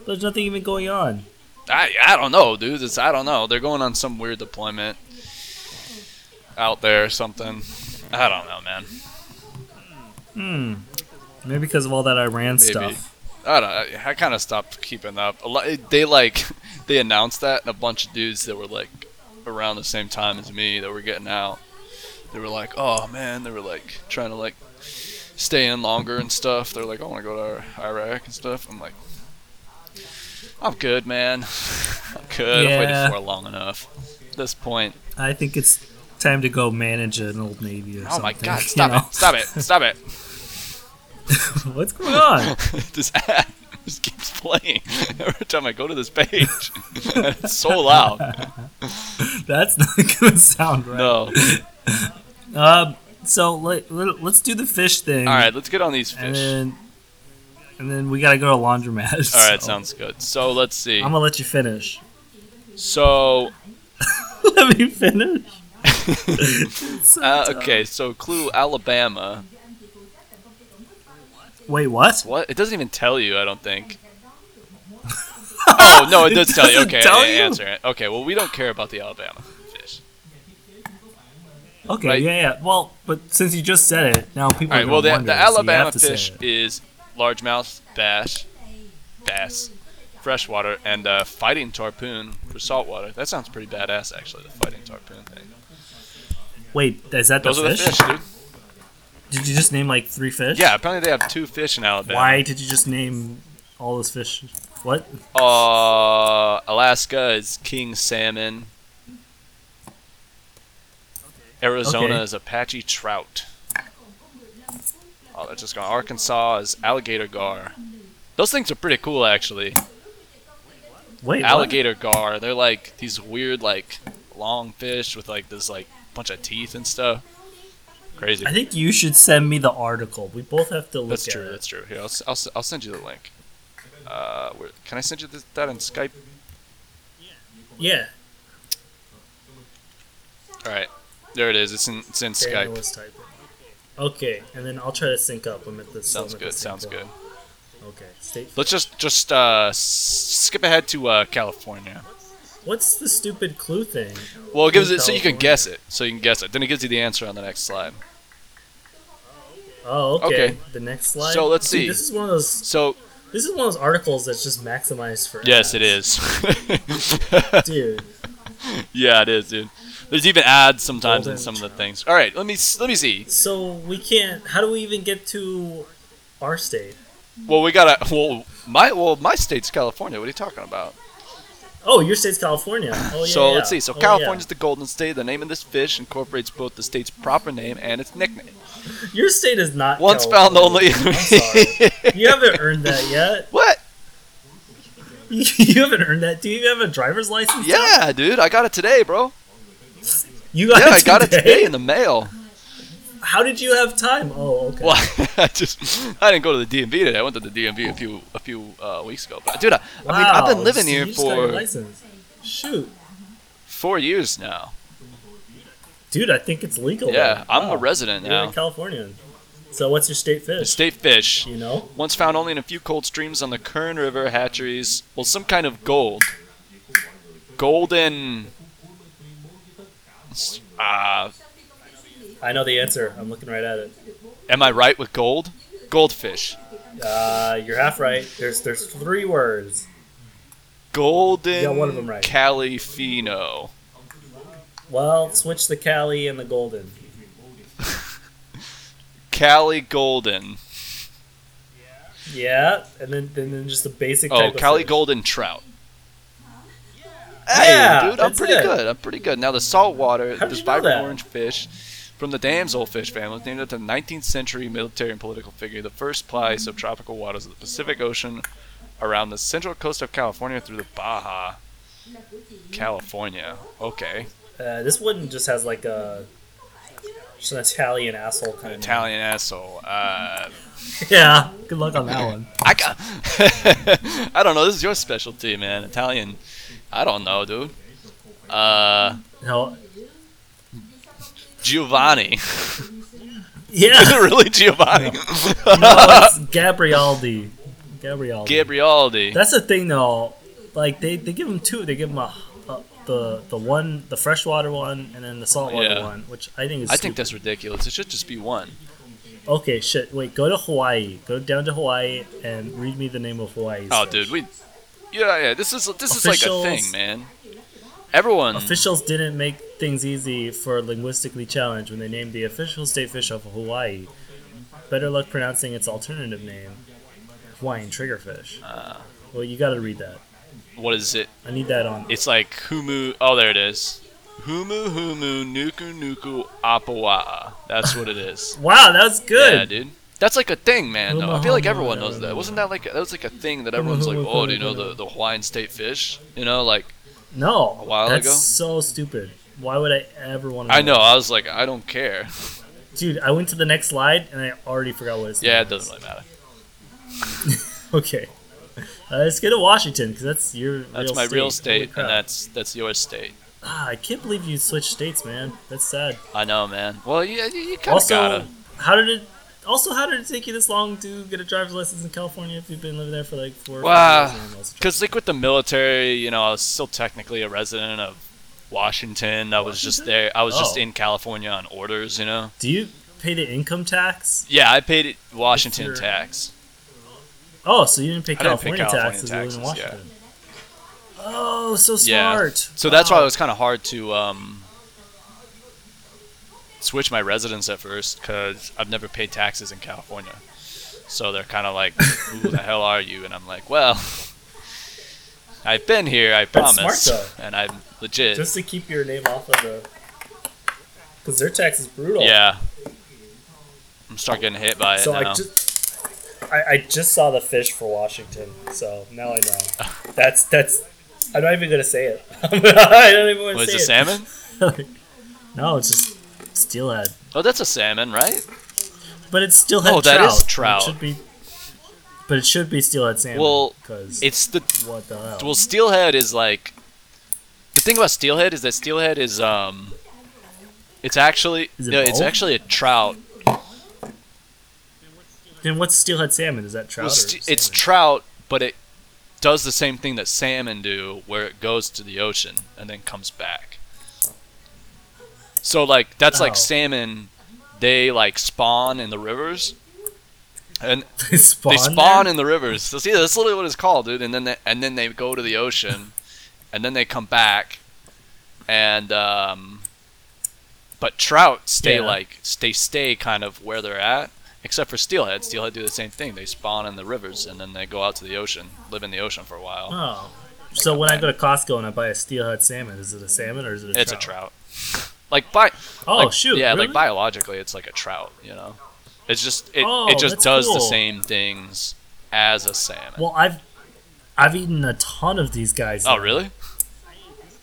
Speaker 2: There's nothing even going on.
Speaker 1: I, I don't know, dude. It's I don't know. They're going on some weird deployment out there or something. I don't know, man.
Speaker 2: Hmm. Maybe because of all that Iran
Speaker 1: Maybe.
Speaker 2: stuff.
Speaker 1: I don't. know, I, I kind of stopped keeping up. A lot, they like *laughs* they announced that, and a bunch of dudes that were like around the same time as me that were getting out. They were like, "Oh man," they were like trying to like stay in longer and stuff. They're like, "I want to go to Iraq and stuff." I'm like, "I'm good, man. *laughs* I'm good. I've
Speaker 2: Yeah.
Speaker 1: waited for it long enough." At this point,
Speaker 2: I think it's time to go manage an old navy or
Speaker 1: oh
Speaker 2: something.
Speaker 1: my god,
Speaker 2: *laughs* you
Speaker 1: stop
Speaker 2: know?
Speaker 1: it, stop it, stop it! *laughs*
Speaker 2: What's going on?
Speaker 1: this ad just keeps playing *laughs* every time I go to this page. *laughs* and it's so loud.
Speaker 2: That's not gonna sound right.
Speaker 1: No.
Speaker 2: Um. So let, let, us do the fish thing.
Speaker 1: All right, let's get on these
Speaker 2: And
Speaker 1: fish.
Speaker 2: then, and then we gotta go to laundromat.
Speaker 1: All right,
Speaker 2: *laughs* so
Speaker 1: sounds good. So let's see.
Speaker 2: I'm gonna let you finish. *laughs*
Speaker 1: So *laughs*
Speaker 2: let me finish. It's so
Speaker 1: uh,
Speaker 2: dumb.
Speaker 1: okay, so clue Alabama.
Speaker 2: Wait, what?
Speaker 1: What? It doesn't even tell you. I don't
Speaker 2: *laughs*
Speaker 1: think. Oh no, it does
Speaker 2: It
Speaker 1: tell you.
Speaker 2: doesn't
Speaker 1: Okay,
Speaker 2: tell
Speaker 1: I- I
Speaker 2: you?
Speaker 1: answer it. Okay, well we don't care about the Alabama fish.
Speaker 2: Okay,
Speaker 1: Right.
Speaker 2: yeah, yeah. Well, but since you just said it, now people
Speaker 1: All
Speaker 2: are
Speaker 1: right,
Speaker 2: gonna
Speaker 1: well the,
Speaker 2: wonder,
Speaker 1: the
Speaker 2: so you
Speaker 1: Alabama
Speaker 2: have to say
Speaker 1: fish
Speaker 2: it.
Speaker 1: is largemouth, bass, bass, freshwater, and uh, fighting tarpon for saltwater. That sounds pretty badass, actually. The fighting tarpon thing.
Speaker 2: Wait, is that
Speaker 1: Those
Speaker 2: the
Speaker 1: are the
Speaker 2: fish?
Speaker 1: fish, dude.
Speaker 2: Did you just name like three fish?
Speaker 1: Yeah, apparently they have two fish in Alabama.
Speaker 2: Why did you just name all those fish? What?
Speaker 1: Uh, Alaska is king salmon. Arizona
Speaker 2: Okay.
Speaker 1: is Apache trout. Oh, that's just gone. Arkansas is alligator gar. Those things are pretty cool, actually.
Speaker 2: Wait, what?
Speaker 1: alligator gar. They're like these weird, like long fish with like this like bunch of teeth and stuff. Crazy.
Speaker 2: I think you should send me the article. We both have to look
Speaker 1: That's
Speaker 2: at
Speaker 1: true.
Speaker 2: it.
Speaker 1: That's true. Here, I'll, s- I'll, s- I'll send you the link. Uh, where, can I send you this, that on Skype?
Speaker 2: Yeah.
Speaker 1: All right, there it is. It's in it's in
Speaker 2: Daniel
Speaker 1: Skype.
Speaker 2: was typing. Okay, and then I'll try to sync up. I'm at the
Speaker 1: Sounds
Speaker 2: I'm at the
Speaker 1: good.
Speaker 2: sync
Speaker 1: Sounds
Speaker 2: up.
Speaker 1: good.
Speaker 2: Okay. State.
Speaker 1: Let's just just uh, s- skip ahead to uh, California.
Speaker 2: What's the stupid clue thing?
Speaker 1: Well, it gives
Speaker 2: In
Speaker 1: it so you can guess it. So you can guess it. Then it gives you the answer on the next slide.
Speaker 2: Oh, okay.
Speaker 1: Okay.
Speaker 2: The next slide.
Speaker 1: So let's
Speaker 2: Dude,
Speaker 1: see.
Speaker 2: This is one of those.
Speaker 1: So
Speaker 2: This is one of those articles that's just maximized for.
Speaker 1: yes,
Speaker 2: ads.
Speaker 1: it is. *laughs*
Speaker 2: Dude,
Speaker 1: yeah, it is, dude. There's even ads sometimes in
Speaker 2: Golden
Speaker 1: some of the
Speaker 2: trout.
Speaker 1: things. All right, let me s- let me see.
Speaker 2: so we can't. How do we even get to our state?
Speaker 1: Well, we gotta. Well, my well my state's California. What are you talking about?
Speaker 2: Oh, your state's California. Oh yeah.
Speaker 1: so
Speaker 2: yeah.
Speaker 1: let's see. So
Speaker 2: Oh, yeah.
Speaker 1: California's the Golden State. The name of this fish incorporates both the state's proper name and its nickname.
Speaker 2: Your state is not.
Speaker 1: Once found
Speaker 2: California.
Speaker 1: only. *laughs*
Speaker 2: I'm sorry. You haven't earned that yet. *laughs*
Speaker 1: what?
Speaker 2: You haven't earned that. Do you even have a driver's license?
Speaker 1: Yeah, dude, I got it today,
Speaker 2: *laughs*
Speaker 1: bro.
Speaker 2: You got
Speaker 1: Yeah,
Speaker 2: it
Speaker 1: I got it today in the mail.
Speaker 2: How did you have time? Oh, okay.
Speaker 1: Well, *laughs* I just I didn't go to the DMV today. I went to the DMV a few a few uh, weeks ago. But dude, I, I mean, I've
Speaker 2: Wow,
Speaker 1: been living
Speaker 2: so
Speaker 1: here
Speaker 2: you just got your
Speaker 1: for
Speaker 2: license. Shoot,
Speaker 1: four years now.
Speaker 2: dude, I think it's legal.
Speaker 1: Yeah,
Speaker 2: though.
Speaker 1: I'm
Speaker 2: Oh, Wow.
Speaker 1: a resident
Speaker 2: You're a
Speaker 1: now.
Speaker 2: Californian. So what's your state
Speaker 1: The
Speaker 2: fish?
Speaker 1: state fish,
Speaker 2: Do you know?
Speaker 1: once found only in a few cold streams on the Kern River hatcheries. Well, some kind of gold, golden. Uh,
Speaker 2: I know the answer. I'm looking right at it.
Speaker 1: am I right with gold? Goldfish,
Speaker 2: Uh, you're half right. There's there's three words.
Speaker 1: golden
Speaker 2: You got one of 'em right.
Speaker 1: califino.
Speaker 2: Well, switch the Cali and the Golden.
Speaker 1: Cali golden.
Speaker 2: Yeah, and then then, then just the basic.
Speaker 1: Oh,
Speaker 2: type of
Speaker 1: Cali
Speaker 2: fish.
Speaker 1: Golden Trout.
Speaker 2: Yeah,
Speaker 1: hey, dude, I'm
Speaker 2: that's
Speaker 1: pretty
Speaker 2: it.
Speaker 1: good. I'm pretty good. Now the saltwater,
Speaker 2: How did
Speaker 1: this
Speaker 2: you know
Speaker 1: vibrant
Speaker 2: that?
Speaker 1: orange fish from the damselfish family, is named after the 19th century military and political figure, the first ply subtropical waters of the Pacific Ocean around the central coast of California through the Baja, California. Okay,
Speaker 2: Uh, this one just has like a just an Italian asshole kind of.
Speaker 1: Italian asshole. Uh,
Speaker 2: Yeah. Good luck on that one.
Speaker 1: I got. *laughs* I don't know. This is your specialty, man. Italian. I don't know, dude. Uh,
Speaker 2: No.
Speaker 1: Giovanni. Is it *laughs*
Speaker 2: Yeah.
Speaker 1: really Giovanni? *laughs*
Speaker 2: no, it's Gabrialdi. Gabrialdi.
Speaker 1: Gabrialdi.
Speaker 2: That's the thing, though. Like they, they give them two. They give them a, a the the one the freshwater one and then the saltwater
Speaker 1: Yeah.
Speaker 2: one, which I think is.
Speaker 1: I think
Speaker 2: stupid.
Speaker 1: that's ridiculous. It should just be one.
Speaker 2: Okay, shit. Wait, go to Hawaii. Go down to Hawaii and read me the name of Hawaii.
Speaker 1: Oh,
Speaker 2: sir.
Speaker 1: dude, we. Yeah, yeah. This is this is like a thing,
Speaker 2: Officials-
Speaker 1: man. Everyone.
Speaker 2: Officials didn't make things easy for linguistically challenged when they named the official state fish of Hawaii. Better luck pronouncing its alternative name, Hawaiian triggerfish.
Speaker 1: Uh,
Speaker 2: Well, you gotta read that.
Speaker 1: what is it?
Speaker 2: I need that on.
Speaker 1: It's like humu. Oh, there it is. Humu humu nuku nuku apawa'a. That's what it is.
Speaker 2: Wow, that was
Speaker 1: Yeah,
Speaker 2: *laughs* good.
Speaker 1: dude. That's like a thing, man. though. I feel like
Speaker 2: Humahuma,
Speaker 1: everyone knows that. Wasn't that like that was like a thing that everyone's
Speaker 2: *laughs*
Speaker 1: like,
Speaker 2: Humahuma,
Speaker 1: oh, do you know the,
Speaker 2: Humahuma.
Speaker 1: the Hawaiian state fish? You know, like
Speaker 2: no,
Speaker 1: A while
Speaker 2: that's
Speaker 1: ago?
Speaker 2: so stupid. Why would I ever want to?
Speaker 1: I know. I was like, I don't care. *laughs*
Speaker 2: dude. I went to the next slide and I already forgot what it's.
Speaker 1: Yeah, it doesn't really matter.
Speaker 2: *laughs* Okay, uh, let's go to Washington because that's your.
Speaker 1: That's
Speaker 2: real
Speaker 1: my
Speaker 2: state.
Speaker 1: real
Speaker 2: Holy
Speaker 1: state,
Speaker 2: crap.
Speaker 1: and that's that's your state.
Speaker 2: Ah, I can't believe you switched states, man. That's sad.
Speaker 1: I know, man. Well, yeah, you, you kind of
Speaker 2: Also,
Speaker 1: gotta.
Speaker 2: how did it? Also, how did it take you this long to get a driver's license in California if you've been living there for like four? or
Speaker 1: Wow.
Speaker 2: five years? and all this stuff?
Speaker 1: Because, like, with the military, you know, I was still technically a resident of Washington. I was just
Speaker 2: Washington?
Speaker 1: there. I was just
Speaker 2: Oh.
Speaker 1: in California on orders, you know?
Speaker 2: Do you pay the income tax?
Speaker 1: Yeah, I paid it Washington
Speaker 2: your-
Speaker 1: tax.
Speaker 2: Oh, so you didn't pay
Speaker 1: didn't pay
Speaker 2: California,
Speaker 1: California
Speaker 2: tax 'cause you live in
Speaker 1: taxes, yeah.
Speaker 2: Washington. Oh, so
Speaker 1: Yeah.
Speaker 2: smart.
Speaker 1: So that's why
Speaker 2: Wow.
Speaker 1: it was kind of hard to um, switch my residence at first because I've never paid taxes in California. So they're kind of like, who
Speaker 2: *laughs*
Speaker 1: the hell are you? And I'm like, well, I've been here, I
Speaker 2: That's smart,
Speaker 1: promise.
Speaker 2: though.
Speaker 1: and I'm legit.
Speaker 2: Just to keep your name off of the. Because their tax is brutal.
Speaker 1: Yeah. I'm starting getting hit by it
Speaker 2: So
Speaker 1: now.
Speaker 2: I just. I, I just saw the fish for Washington, so now I know. That's that's. I'm not even gonna say it. *laughs* I don't even want to
Speaker 1: Was
Speaker 2: say
Speaker 1: it
Speaker 2: it.
Speaker 1: salmon?
Speaker 2: *laughs* no, it's just steelhead.
Speaker 1: Oh, that's a salmon, right?
Speaker 2: But it's steelhead
Speaker 1: Oh,
Speaker 2: trout.
Speaker 1: that is trout.
Speaker 2: It should be, but it should be steelhead salmon.
Speaker 1: Well,
Speaker 2: because
Speaker 1: It's the
Speaker 2: what the hell?
Speaker 1: well, steelhead is like the thing about steelhead is that steelhead is um, it's actually
Speaker 2: Is it
Speaker 1: no, it's
Speaker 2: bone?
Speaker 1: actually a trout.
Speaker 2: Then what's steelhead salmon? Is that trout?
Speaker 1: Well,
Speaker 2: or
Speaker 1: st- it's
Speaker 2: salmon?
Speaker 1: trout, but it does the same thing that salmon do, where it goes to the ocean and then comes back. So like that's
Speaker 2: Oh.
Speaker 1: like salmon, they like spawn in the rivers, and
Speaker 2: *laughs* they spawn.
Speaker 1: they spawn
Speaker 2: there?
Speaker 1: in the rivers. So see, that's literally what it's called, dude. And then they, and then they go to the ocean, and then they come back, and um, but trout stay
Speaker 2: Yeah.
Speaker 1: like stay stay kind of where they're at, except for steelhead. Steelhead do the same thing. They spawn in the rivers and then they go out to the ocean, live in the ocean for a while.
Speaker 2: Oh. So when I go to Costco and I buy a steelhead salmon, is it a salmon or is it a
Speaker 1: it's
Speaker 2: trout?
Speaker 1: a trout. like bi-
Speaker 2: Oh
Speaker 1: like,
Speaker 2: shoot!
Speaker 1: yeah,
Speaker 2: really?
Speaker 1: like biologically, it's like a trout. You know, it's just it
Speaker 2: Oh,
Speaker 1: it just
Speaker 2: that's
Speaker 1: does the
Speaker 2: cool.
Speaker 1: same things as a salmon.
Speaker 2: Well, I've I've eaten a ton of these guys.
Speaker 1: oh
Speaker 2: now.
Speaker 1: really?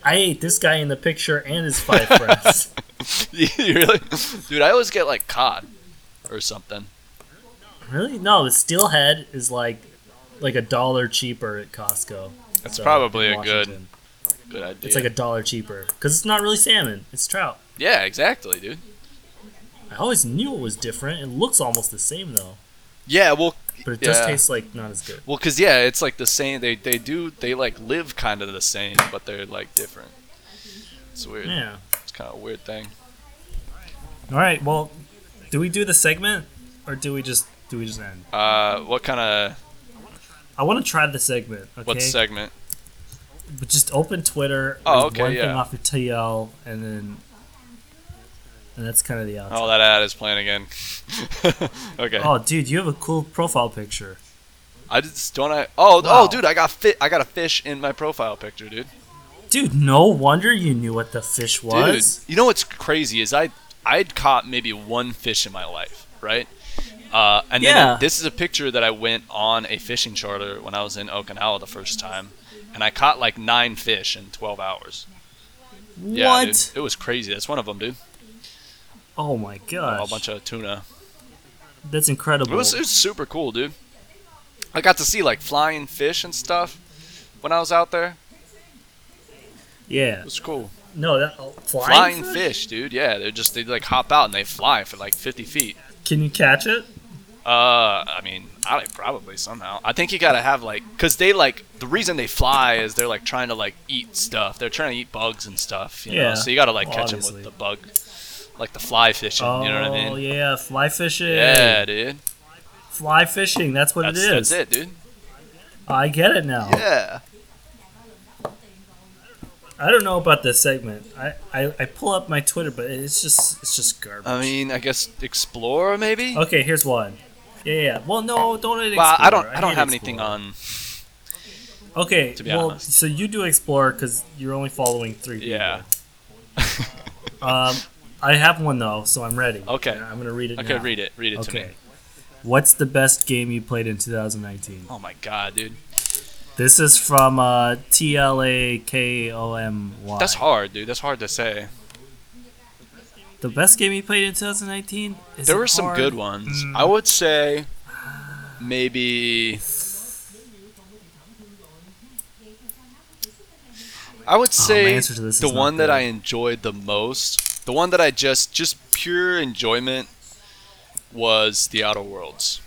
Speaker 2: I ate this guy in the picture and
Speaker 1: *laughs*
Speaker 2: his five friends.
Speaker 1: you really? Dude, I always get like cod or something.
Speaker 2: Really? No, the steelhead is like like a dollar cheaper at Costco.
Speaker 1: That's
Speaker 2: So,
Speaker 1: probably
Speaker 2: in
Speaker 1: a good-
Speaker 2: Washington.
Speaker 1: Good idea.
Speaker 2: It's like a dollar cheaper because it's not really salmon; it's trout.
Speaker 1: yeah, exactly, dude.
Speaker 2: I always knew it was different. It looks almost the same though,
Speaker 1: Yeah, well,
Speaker 2: but it does
Speaker 1: Yeah.
Speaker 2: taste like not as good.
Speaker 1: well, cause yeah, it's like the same. They they do they like live kind of the same, but they're like different. It's weird.
Speaker 2: Yeah.
Speaker 1: It's kind of a weird thing.
Speaker 2: All right. Well, do we do the segment or do we just do we just end?
Speaker 1: Uh, what kind of
Speaker 2: I want to try the segment. Okay.
Speaker 1: what segment?
Speaker 2: But just open Twitter.
Speaker 1: Oh,
Speaker 2: there's
Speaker 1: okay,
Speaker 2: One thing
Speaker 1: yeah.
Speaker 2: off your TL, and then and that's kind of the outro.
Speaker 1: Oh, that ad is playing again. *laughs* okay.
Speaker 2: Oh, dude, you have a cool profile picture.
Speaker 1: I just don't. I oh
Speaker 2: Wow.
Speaker 1: oh, dude, I got fit. I got a fish in my profile picture, dude.
Speaker 2: Dude, no wonder you knew what the fish was.
Speaker 1: Dude, you know what's crazy is I I'd caught maybe one fish in my life, right? Uh, and then
Speaker 2: Yeah.
Speaker 1: this is a picture that I went on a fishing charter when I was in Okinawa the first time, and I caught like nine fish in 12 hours. Yeah,
Speaker 2: what?
Speaker 1: dude, it was crazy. That's one of them, dude.
Speaker 2: Oh my
Speaker 1: A
Speaker 2: gosh.
Speaker 1: whole bunch of tuna.
Speaker 2: That's incredible.
Speaker 1: It was, it was super cool, dude. I got to see like flying fish and stuff when I was out there. It
Speaker 2: yeah.
Speaker 1: was cool.
Speaker 2: No, that oh, flying,
Speaker 1: Flying, fish, dude. Yeah, they're just they like hop out and they fly for like 50 feet.
Speaker 2: Can you catch it?
Speaker 1: Uh, I mean, I probably somehow. I think you gotta have like, cause they like the reason they fly is they're like trying to like eat stuff. They're trying to eat bugs and stuff. You
Speaker 2: Yeah,
Speaker 1: know? So you gotta like
Speaker 2: well,
Speaker 1: catch them
Speaker 2: obviously.
Speaker 1: with the bug like the fly fishing.
Speaker 2: Oh
Speaker 1: you know what I mean?
Speaker 2: yeah, fly fishing.
Speaker 1: Yeah, dude.
Speaker 2: Fly fishing. That's what
Speaker 1: That's,
Speaker 2: it is.
Speaker 1: that's it, dude.
Speaker 2: I get it now.
Speaker 1: Yeah.
Speaker 2: I don't know about this segment. I, I, I pull up my Twitter, but it's just it's just garbage.
Speaker 1: I mean, I guess explore maybe.
Speaker 2: okay, here's one. Yeah, yeah, yeah. Well, no, don't. hit
Speaker 1: Well, I don't.
Speaker 2: Explorer.
Speaker 1: I don't
Speaker 2: hate
Speaker 1: have anything
Speaker 2: Explorer.
Speaker 1: on.
Speaker 2: Okay,
Speaker 1: to be
Speaker 2: well,
Speaker 1: honest.
Speaker 2: so you do explore because you're only following three. people.
Speaker 1: Yeah. *laughs*
Speaker 2: Um, I have one though, so I'm ready.
Speaker 1: Okay.
Speaker 2: And I'm gonna read it.
Speaker 1: Okay,
Speaker 2: now.
Speaker 1: read it. Read it
Speaker 2: Okay.
Speaker 1: to me.
Speaker 2: What's the best game you played in 2019?
Speaker 1: Oh my god, dude.
Speaker 2: This is from uh, T L A K O M Y.
Speaker 1: That's hard, dude. That's hard to say.
Speaker 2: The best game you played in 2019. Is
Speaker 1: there
Speaker 2: it
Speaker 1: were some
Speaker 2: hard?
Speaker 1: good ones.
Speaker 2: Mm.
Speaker 1: I would say maybe. I would
Speaker 2: Oh, my
Speaker 1: say
Speaker 2: answer to this
Speaker 1: the
Speaker 2: is not
Speaker 1: one that
Speaker 2: good.
Speaker 1: I enjoyed the most, the one that I just just pure enjoyment was the Outer Worlds.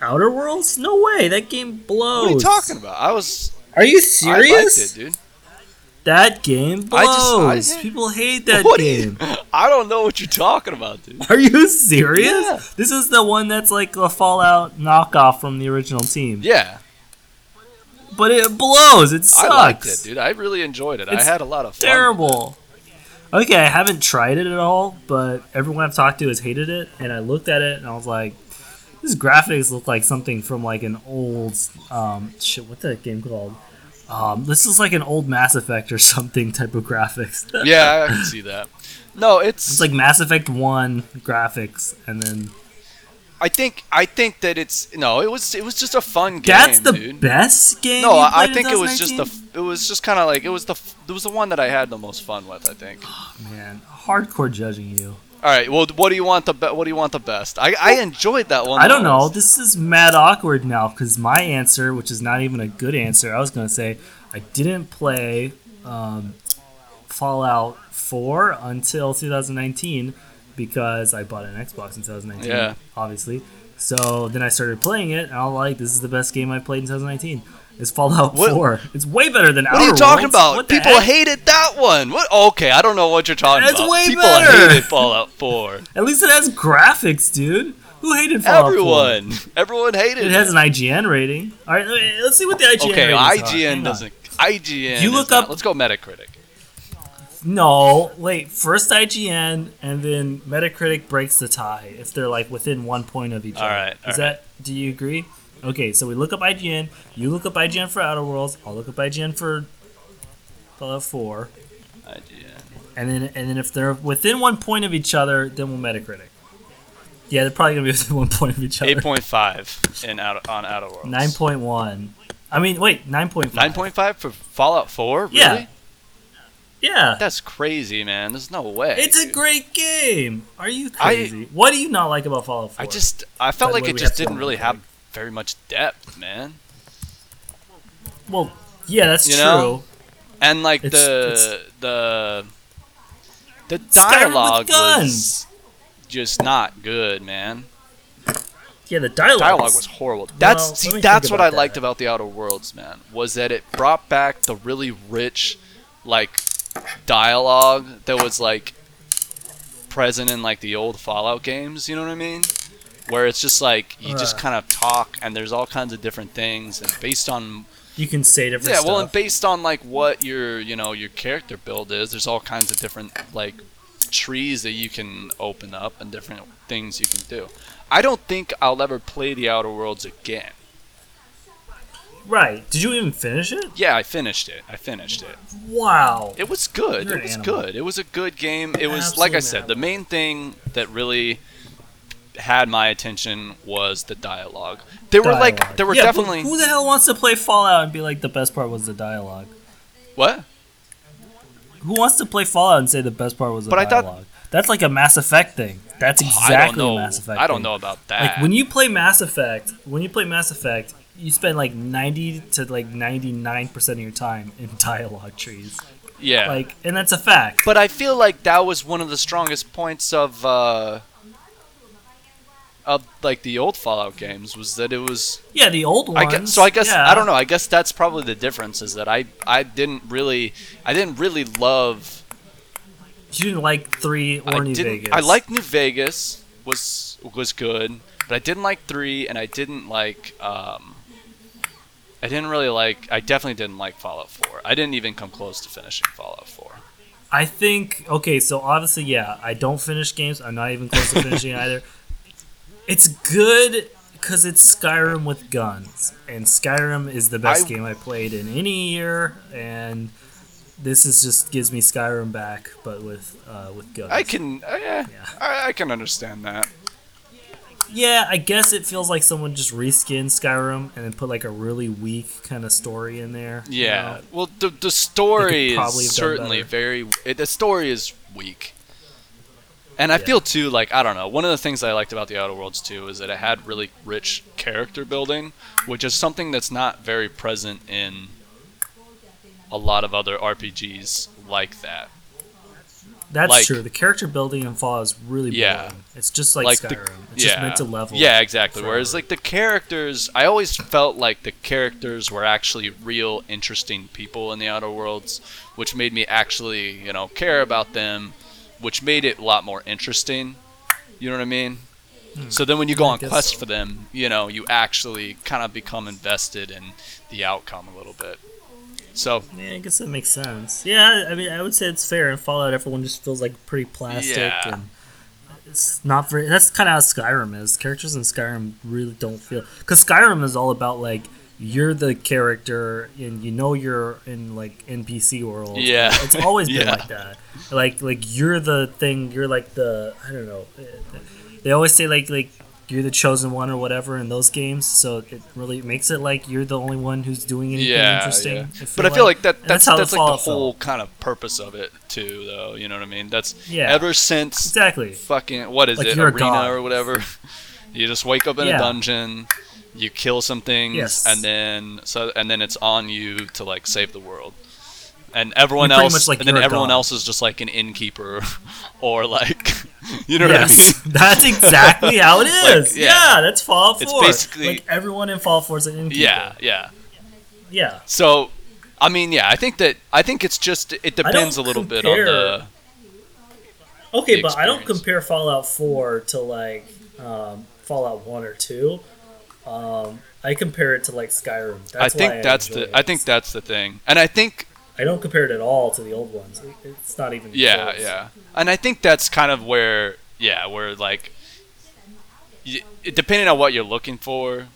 Speaker 2: Outer Worlds? No way. That game blows.
Speaker 1: What are you talking about? I was
Speaker 2: Are you
Speaker 1: I liked it,
Speaker 2: serious?
Speaker 1: dude.
Speaker 2: that game
Speaker 1: I
Speaker 2: blows.
Speaker 1: just- I did.
Speaker 2: People hate
Speaker 1: *laughs*
Speaker 2: that
Speaker 1: What are you-
Speaker 2: game.
Speaker 1: I don't know what you're talking about, dude.
Speaker 2: Are you serious?
Speaker 1: Yeah.
Speaker 2: This is the one that's like a Fallout knockoff from the original team.
Speaker 1: Yeah,
Speaker 2: But it blows. It
Speaker 1: I
Speaker 2: sucks.
Speaker 1: liked it, dude. I really enjoyed it.
Speaker 2: It's
Speaker 1: I had a lot of fun.
Speaker 2: terrible. Okay, I haven't tried it at all, but everyone I've talked to has hated it, and I looked at it and I was like, "These graphics look like something from like an old um, shit. What's that game called? Um, this is like an old Mass Effect or *laughs* something type of graphics.
Speaker 1: Yeah, I can see that. No,
Speaker 2: it's like Mass Effect One graphics, and then
Speaker 1: I think I think that it's no. It was it was just a fun game.
Speaker 2: that's the
Speaker 1: dude.
Speaker 2: best game.
Speaker 1: No,
Speaker 2: you
Speaker 1: I I
Speaker 2: played in
Speaker 1: think it was just the
Speaker 2: 2019?
Speaker 1: f- it was just kind of like it was the f- it was the one that I had the most fun with. I think.
Speaker 2: man hardcore judging you.
Speaker 1: All right. Well, what do you want the be- what do you want the best? I I enjoyed that one.
Speaker 2: I don't
Speaker 1: the
Speaker 2: know.
Speaker 1: most.
Speaker 2: This is mad awkward now because my answer, which is not even a good answer, I was going to say I didn't play um, Fallout 4 until 2019 because I bought an Xbox in 2019,
Speaker 1: Yeah.
Speaker 2: obviously. So then I started playing it, and I was like, this is the best game I played in 2019. It's Fallout
Speaker 1: What-
Speaker 2: 4. It's way better than
Speaker 1: What are you
Speaker 2: Outer
Speaker 1: talking
Speaker 2: Worlds.
Speaker 1: about?
Speaker 2: What the
Speaker 1: People
Speaker 2: heck?
Speaker 1: hated that one. What? Okay, I don't know what you're talking
Speaker 2: That's
Speaker 1: about.
Speaker 2: way
Speaker 1: People
Speaker 2: better.
Speaker 1: hated
Speaker 2: *laughs*
Speaker 1: Fallout 4.
Speaker 2: At least it has graphics, dude. Who hated Fallout 4?
Speaker 1: Everyone, everyone hated it.
Speaker 2: It has an IGN rating. All right, let's see what the IGN
Speaker 1: okay,
Speaker 2: ratings are. Hang
Speaker 1: IGN
Speaker 2: on.
Speaker 1: doesn't. IGN.
Speaker 2: You
Speaker 1: is
Speaker 2: look
Speaker 1: not-
Speaker 2: up-
Speaker 1: Let's go Metacritic.
Speaker 2: No, wait. First IGN, and then Metacritic breaks the tie if they're like within one point of each
Speaker 1: All
Speaker 2: other.
Speaker 1: right, all
Speaker 2: Is that? Do you agree? Okay, so we look up IGN. You look up IGN for Outer Worlds. I'll look up IGN for Fallout Four,
Speaker 1: IGN.
Speaker 2: *laughs* and then and then if they're within one point of each other, then we'll Metacritic. Yeah, they're probably gonna be *laughs* within one point of each other.
Speaker 1: Eight point five in out on Outer Worlds.
Speaker 2: Nine point one. I mean, wait, nine point five.
Speaker 1: Nine point five for Fallout Four? Really?
Speaker 2: Yeah. Yeah,
Speaker 1: That's crazy, man. There's no way.
Speaker 2: it's a
Speaker 1: dude.
Speaker 2: great game. Are you
Speaker 1: I-
Speaker 2: crazy? what do you not like about Fallout Four?
Speaker 1: I just I felt
Speaker 2: By the
Speaker 1: like
Speaker 2: way,
Speaker 1: it
Speaker 2: we
Speaker 1: just
Speaker 2: have to
Speaker 1: didn't really
Speaker 2: go.
Speaker 1: have very much depth, man.
Speaker 2: Well, yeah, that's
Speaker 1: You
Speaker 2: true.
Speaker 1: know? And like
Speaker 2: It's-
Speaker 1: the
Speaker 2: it's-
Speaker 1: the the
Speaker 2: Skyrim with
Speaker 1: dialogue was
Speaker 2: guns.
Speaker 1: just not good, man.
Speaker 2: Yeah, the dialogue.
Speaker 1: Dialogue was horrible. That's
Speaker 2: Well, let
Speaker 1: see,
Speaker 2: me
Speaker 1: that's
Speaker 2: think
Speaker 1: what
Speaker 2: about
Speaker 1: I liked
Speaker 2: that.
Speaker 1: about the Outer Worlds, man. Was that it brought back the really rich, like, dialogue that was like present in like the old Fallout games. You know what I mean? Where it's just like you just
Speaker 2: Uh.
Speaker 1: kind of talk, and there's all kinds of different things, and based on
Speaker 2: You can say different
Speaker 1: yeah,
Speaker 2: stuff.
Speaker 1: well, and based on like what your you know your character build is, there's all kinds of different like trees that you can open up and different things you can do. I don't think I'll ever play the Outer Worlds again.
Speaker 2: right. Did you even finish it?
Speaker 1: Yeah, I finished it. I finished it.
Speaker 2: Wow.
Speaker 1: It was good.
Speaker 2: You're
Speaker 1: It
Speaker 2: an
Speaker 1: was
Speaker 2: animal.
Speaker 1: good. It was a good game. It was like I said,
Speaker 2: Absolute
Speaker 1: the
Speaker 2: animal.
Speaker 1: main thing that really had my attention was the dialogue. There were like
Speaker 2: Dialogue.
Speaker 1: there were
Speaker 2: Yeah, but
Speaker 1: definitely
Speaker 2: Who the hell wants to play Fallout and be like the best part was the dialogue?
Speaker 1: what?
Speaker 2: Who wants to play Fallout and say the best part was the
Speaker 1: But I thought-
Speaker 2: dialogue? That's like a Mass Effect thing. That's
Speaker 1: I don't
Speaker 2: exactly a
Speaker 1: know.
Speaker 2: Mass Effect.
Speaker 1: I don't
Speaker 2: thing.
Speaker 1: know about that.
Speaker 2: Like when you play Mass Effect, when you play Mass Effect, you spend like ninety to like ninety nine percent of your time in *laughs* dialogue trees.
Speaker 1: yeah.
Speaker 2: Like, and that's a fact.
Speaker 1: But I feel like that was one of the strongest points of uh, of like the old Fallout games was that it was.
Speaker 2: Yeah, the old
Speaker 1: I
Speaker 2: ones.
Speaker 1: guess, so I guess
Speaker 2: yeah.
Speaker 1: I don't know. I guess that's probably the difference is that I I didn't really I didn't really love
Speaker 2: You didn't like three or
Speaker 1: I
Speaker 2: New
Speaker 1: didn't.
Speaker 2: Vegas.
Speaker 1: I liked New Vegas was was good, but I didn't like three, and I didn't like. Um, I didn't really like. I definitely didn't like Fallout Four. I didn't even come close to finishing Fallout Four.
Speaker 2: I think okay, so obviously, yeah, I don't finish games. I'm not
Speaker 1: *laughs*
Speaker 2: even close to finishing it either. It's good because it's Skyrim with guns, and Skyrim is the best
Speaker 1: I-
Speaker 2: game I played in any year. And this is just gives me Skyrim back, but with uh, with guns.
Speaker 1: I can. Uh, yeah,
Speaker 2: Yeah.
Speaker 1: I, I can understand that.
Speaker 2: yeah, I guess it feels like someone just reskinned Skyrim and then put like a really weak kind of story in there. you
Speaker 1: Yeah.
Speaker 2: know?
Speaker 1: Well, the the story
Speaker 2: probably have
Speaker 1: is
Speaker 2: done
Speaker 1: certainly
Speaker 2: better.
Speaker 1: very. It, the story is weak. And I feel too like I don't know. One of the things I liked about the Outer Worlds too is that it had really rich character building, which is something that's not very present in a lot of other RPGs like that.
Speaker 2: That's
Speaker 1: like-
Speaker 2: true. The character building in Fallout is really
Speaker 1: Yeah.
Speaker 2: boring. It's just like,
Speaker 1: Like the-
Speaker 2: Skyrim. it's just meant to level.
Speaker 1: Yeah, exactly.
Speaker 2: forever.
Speaker 1: Whereas like the characters, I always felt like the characters were actually real interesting people in the Outer Worlds, which made me actually, you know, care about them, which made it a lot more interesting. You know what I mean? So then when you go
Speaker 2: Hmm. I
Speaker 1: on
Speaker 2: guess
Speaker 1: quest
Speaker 2: so.
Speaker 1: for them, you know, you actually kind of become invested in the outcome a little bit. So,
Speaker 2: Yeah, I guess that makes sense. Yeah, I mean, I would say it's fair. In Fallout, everyone just feels like pretty plastic,
Speaker 1: Yeah.
Speaker 2: and it's not very. That's kind of how Skyrim is. Characters in Skyrim really don't feel because Skyrim is all about like you're the character, and you know you're in like NPC world.
Speaker 1: Yeah.
Speaker 2: it's always been
Speaker 1: *laughs* Yeah.
Speaker 2: like that. Like like you're the thing. You're like the I don't know. They always say like like you're the chosen one or whatever in those games. So it really makes it like you're the only one who's doing anything
Speaker 1: yeah,
Speaker 2: interesting.
Speaker 1: yeah.
Speaker 2: I
Speaker 1: but I feel like that
Speaker 2: And
Speaker 1: that's that's,
Speaker 2: how
Speaker 1: like the
Speaker 2: Fallout felt.
Speaker 1: whole kind of purpose of it too, though. You know what I mean? That's
Speaker 2: Yeah.
Speaker 1: ever since
Speaker 2: Exactly.
Speaker 1: fucking what is
Speaker 2: Like
Speaker 1: it
Speaker 2: you're a
Speaker 1: arena
Speaker 2: god.
Speaker 1: or whatever *laughs* you just wake up in
Speaker 2: Yeah.
Speaker 1: a dungeon you kill some things
Speaker 2: Yes.
Speaker 1: and then so and then it's on you to like save the world and everyone
Speaker 2: You're pretty
Speaker 1: else
Speaker 2: much like
Speaker 1: and then
Speaker 2: you're a
Speaker 1: everyone
Speaker 2: god.
Speaker 1: else is just like an innkeeper *laughs* or like *laughs* you know
Speaker 2: Yes,
Speaker 1: what
Speaker 2: *laughs* that's exactly how it
Speaker 1: *laughs* Like,
Speaker 2: is. yeah.
Speaker 1: yeah.
Speaker 2: that's Fallout 4.
Speaker 1: It's basically-
Speaker 2: like everyone in Fallout 4 is an
Speaker 1: i
Speaker 2: innkeeper.
Speaker 1: mean *laughs* yeah yeah
Speaker 2: yeah.
Speaker 1: so i mean yeah i think that i think it's just it depends a little bit on
Speaker 2: compare- Okay,
Speaker 1: The
Speaker 2: but I don't
Speaker 1: experience.
Speaker 2: compare Fallout 4 to like um, Fallout 1 or 2. Um, I compare it to like Skyrim.
Speaker 1: the i
Speaker 2: That's
Speaker 1: think
Speaker 2: why
Speaker 1: that's
Speaker 2: enjoy
Speaker 1: the
Speaker 2: it.
Speaker 1: i think that's the thing and i think
Speaker 2: I don't compare it at all to the old ones. It- It's not even.
Speaker 1: Yeah,
Speaker 2: close.
Speaker 1: yeah. And I think that's kind of where, yeah, where like, y- depending on what you're looking for,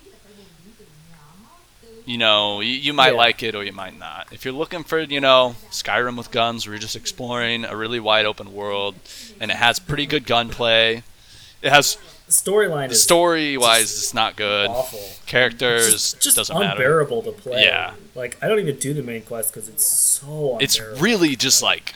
Speaker 1: you know, you, you might
Speaker 2: Yeah.
Speaker 1: like it or you might not. If you're looking for, you know, Skyrim with guns, where you're just exploring a really wide open world, and it has pretty good gunplay. It has
Speaker 2: The storyline is
Speaker 1: story wise, it's not good.
Speaker 2: awful.
Speaker 1: Characters
Speaker 2: just, just
Speaker 1: doesn't matter.
Speaker 2: unbearable to play.
Speaker 1: Yeah.
Speaker 2: Like I don't even do the main quest because it's so unbearable.
Speaker 1: It's really just like,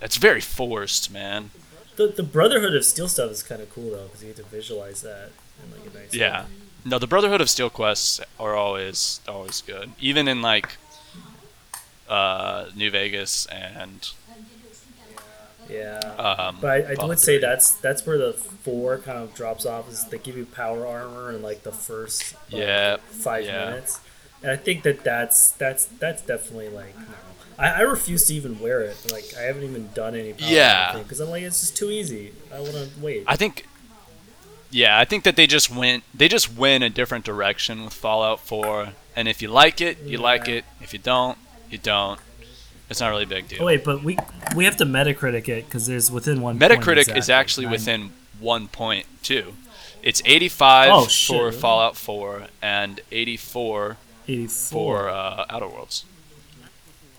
Speaker 1: it's very forced, man.
Speaker 2: the, the Brotherhood of Steel stuff is kind of cool though because you get to visualize that in like a nice.
Speaker 1: Yeah. No, the Brotherhood of Steel quests are always always good. Even in like uh New Vegas and
Speaker 2: Yeah.
Speaker 1: um
Speaker 2: but I, I
Speaker 1: Fallout
Speaker 2: would say
Speaker 1: 3.
Speaker 2: that's that's where the four kind of drops off is they give you power armor in like the first like,
Speaker 1: Yeah,
Speaker 2: five
Speaker 1: yeah.
Speaker 2: minutes, and I think that that's that's that's definitely like. No. I, I refuse to even wear it. Like I haven't even done any.
Speaker 1: Yeah.
Speaker 2: Because I'm like, it's just too easy. I want to wait.
Speaker 1: I think yeah, I think that they just went they just went a different direction with Fallout 4 and if you like it, you like
Speaker 2: Yeah.
Speaker 1: it. If you don't, you don't. It's not really a big deal.
Speaker 2: Oh, wait, but we we have to Metacritic it because there's within one. point
Speaker 1: Metacritic is
Speaker 2: exactly,
Speaker 1: actually
Speaker 2: nine-
Speaker 1: within 1.2. It's 85
Speaker 2: Oh,
Speaker 1: for
Speaker 2: shit.
Speaker 1: Fallout 4 and 84
Speaker 2: 84.
Speaker 1: for uh, Outer Worlds.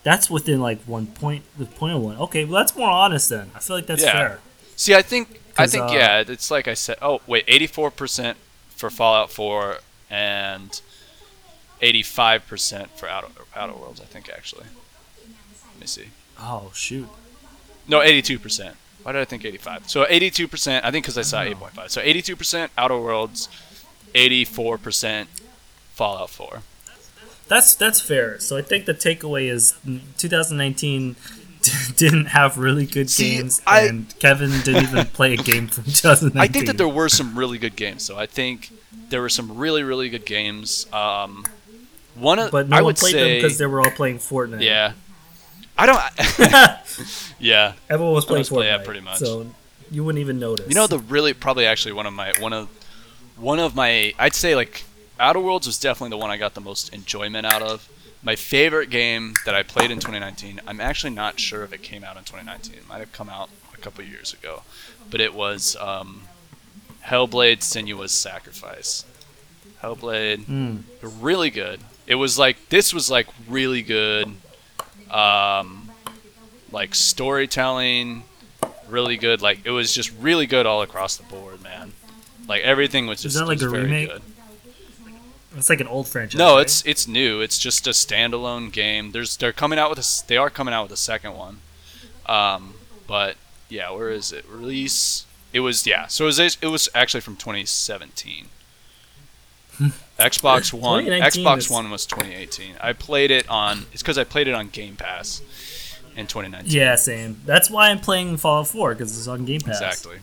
Speaker 2: That's within like one point with point one. Okay, well that's more honest then. I feel like that's
Speaker 1: Yeah.
Speaker 2: fair.
Speaker 1: See, I think I
Speaker 2: 'Cause,
Speaker 1: think
Speaker 2: uh,
Speaker 1: yeah, it's like I said. Oh wait, eighty four percent for Fallout Four and eighty five percent for Outer Outer Worlds. I think actually. Let me see.
Speaker 2: Oh shoot.
Speaker 1: No, eighty two percent. Why did I think eighty five? So eighty two percent. I think because I
Speaker 2: Oh.
Speaker 1: saw eight point five. So eighty two percent Outer Worlds, eighty four percent Fallout Four.
Speaker 2: That's that's fair. So I think the takeaway is mm, 2019 d- *laughs* didn't have really good
Speaker 1: See,
Speaker 2: games,
Speaker 1: I-
Speaker 2: and Kevin didn't even play a game from *laughs* 2019.
Speaker 1: I think that there were some really good games. though. I think there were some really really good games. Um, one of
Speaker 2: but no
Speaker 1: I
Speaker 2: one
Speaker 1: would
Speaker 2: played
Speaker 1: say
Speaker 2: them because they were all playing Fortnite.
Speaker 1: yeah. *laughs* I don't. yeah,
Speaker 2: *laughs* Everyone was
Speaker 1: I
Speaker 2: playing
Speaker 1: was play- yeah,
Speaker 2: Fortnite,
Speaker 1: pretty much.
Speaker 2: so you wouldn't even notice.
Speaker 1: you know the really probably actually one of my one of one of my I'd say like Outer Worlds was definitely the one I got the most enjoyment out of. My favorite game that I played in 2019. I'm actually not sure if it came out in 2019. It might have come out a couple years ago, but it was um, Hellblade: Senua's Sacrifice. Hellblade,
Speaker 2: Mm.
Speaker 1: really good. It was like this was like really good, um, like storytelling, really good. Like it was just really good all across the board, man. Like everything was just
Speaker 2: that like
Speaker 1: was
Speaker 2: a
Speaker 1: very
Speaker 2: remake?
Speaker 1: good.
Speaker 2: it's like an old franchise.
Speaker 1: No,
Speaker 2: right?
Speaker 1: it's it's new. It's just a standalone game. There's they're coming out with a s- they are coming out with a second one, um, but yeah, where is it release? It was yeah. So it was it was actually from
Speaker 2: *laughs*
Speaker 1: 2017. Xbox One
Speaker 2: 2019
Speaker 1: Xbox
Speaker 2: is-
Speaker 1: One was 2018. I played it on it's because I played it on Game Pass in 2019.
Speaker 2: yeah, same. That's why I'm playing Fallout 4 because it's on Game Pass.
Speaker 1: exactly.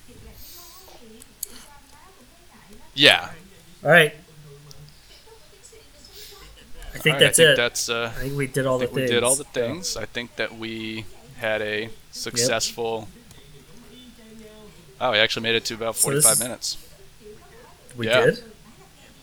Speaker 1: Yeah,
Speaker 2: All right. I think
Speaker 1: Alright,
Speaker 2: that's
Speaker 1: I think
Speaker 2: it.
Speaker 1: That's uh,
Speaker 2: I think we did all
Speaker 1: I think
Speaker 2: the
Speaker 1: we
Speaker 2: things.
Speaker 1: did all the things. I think that we had a successful. Oh, we actually made it to about
Speaker 2: So this
Speaker 1: 45
Speaker 2: is-
Speaker 1: minutes.
Speaker 2: We
Speaker 1: yeah.
Speaker 2: did.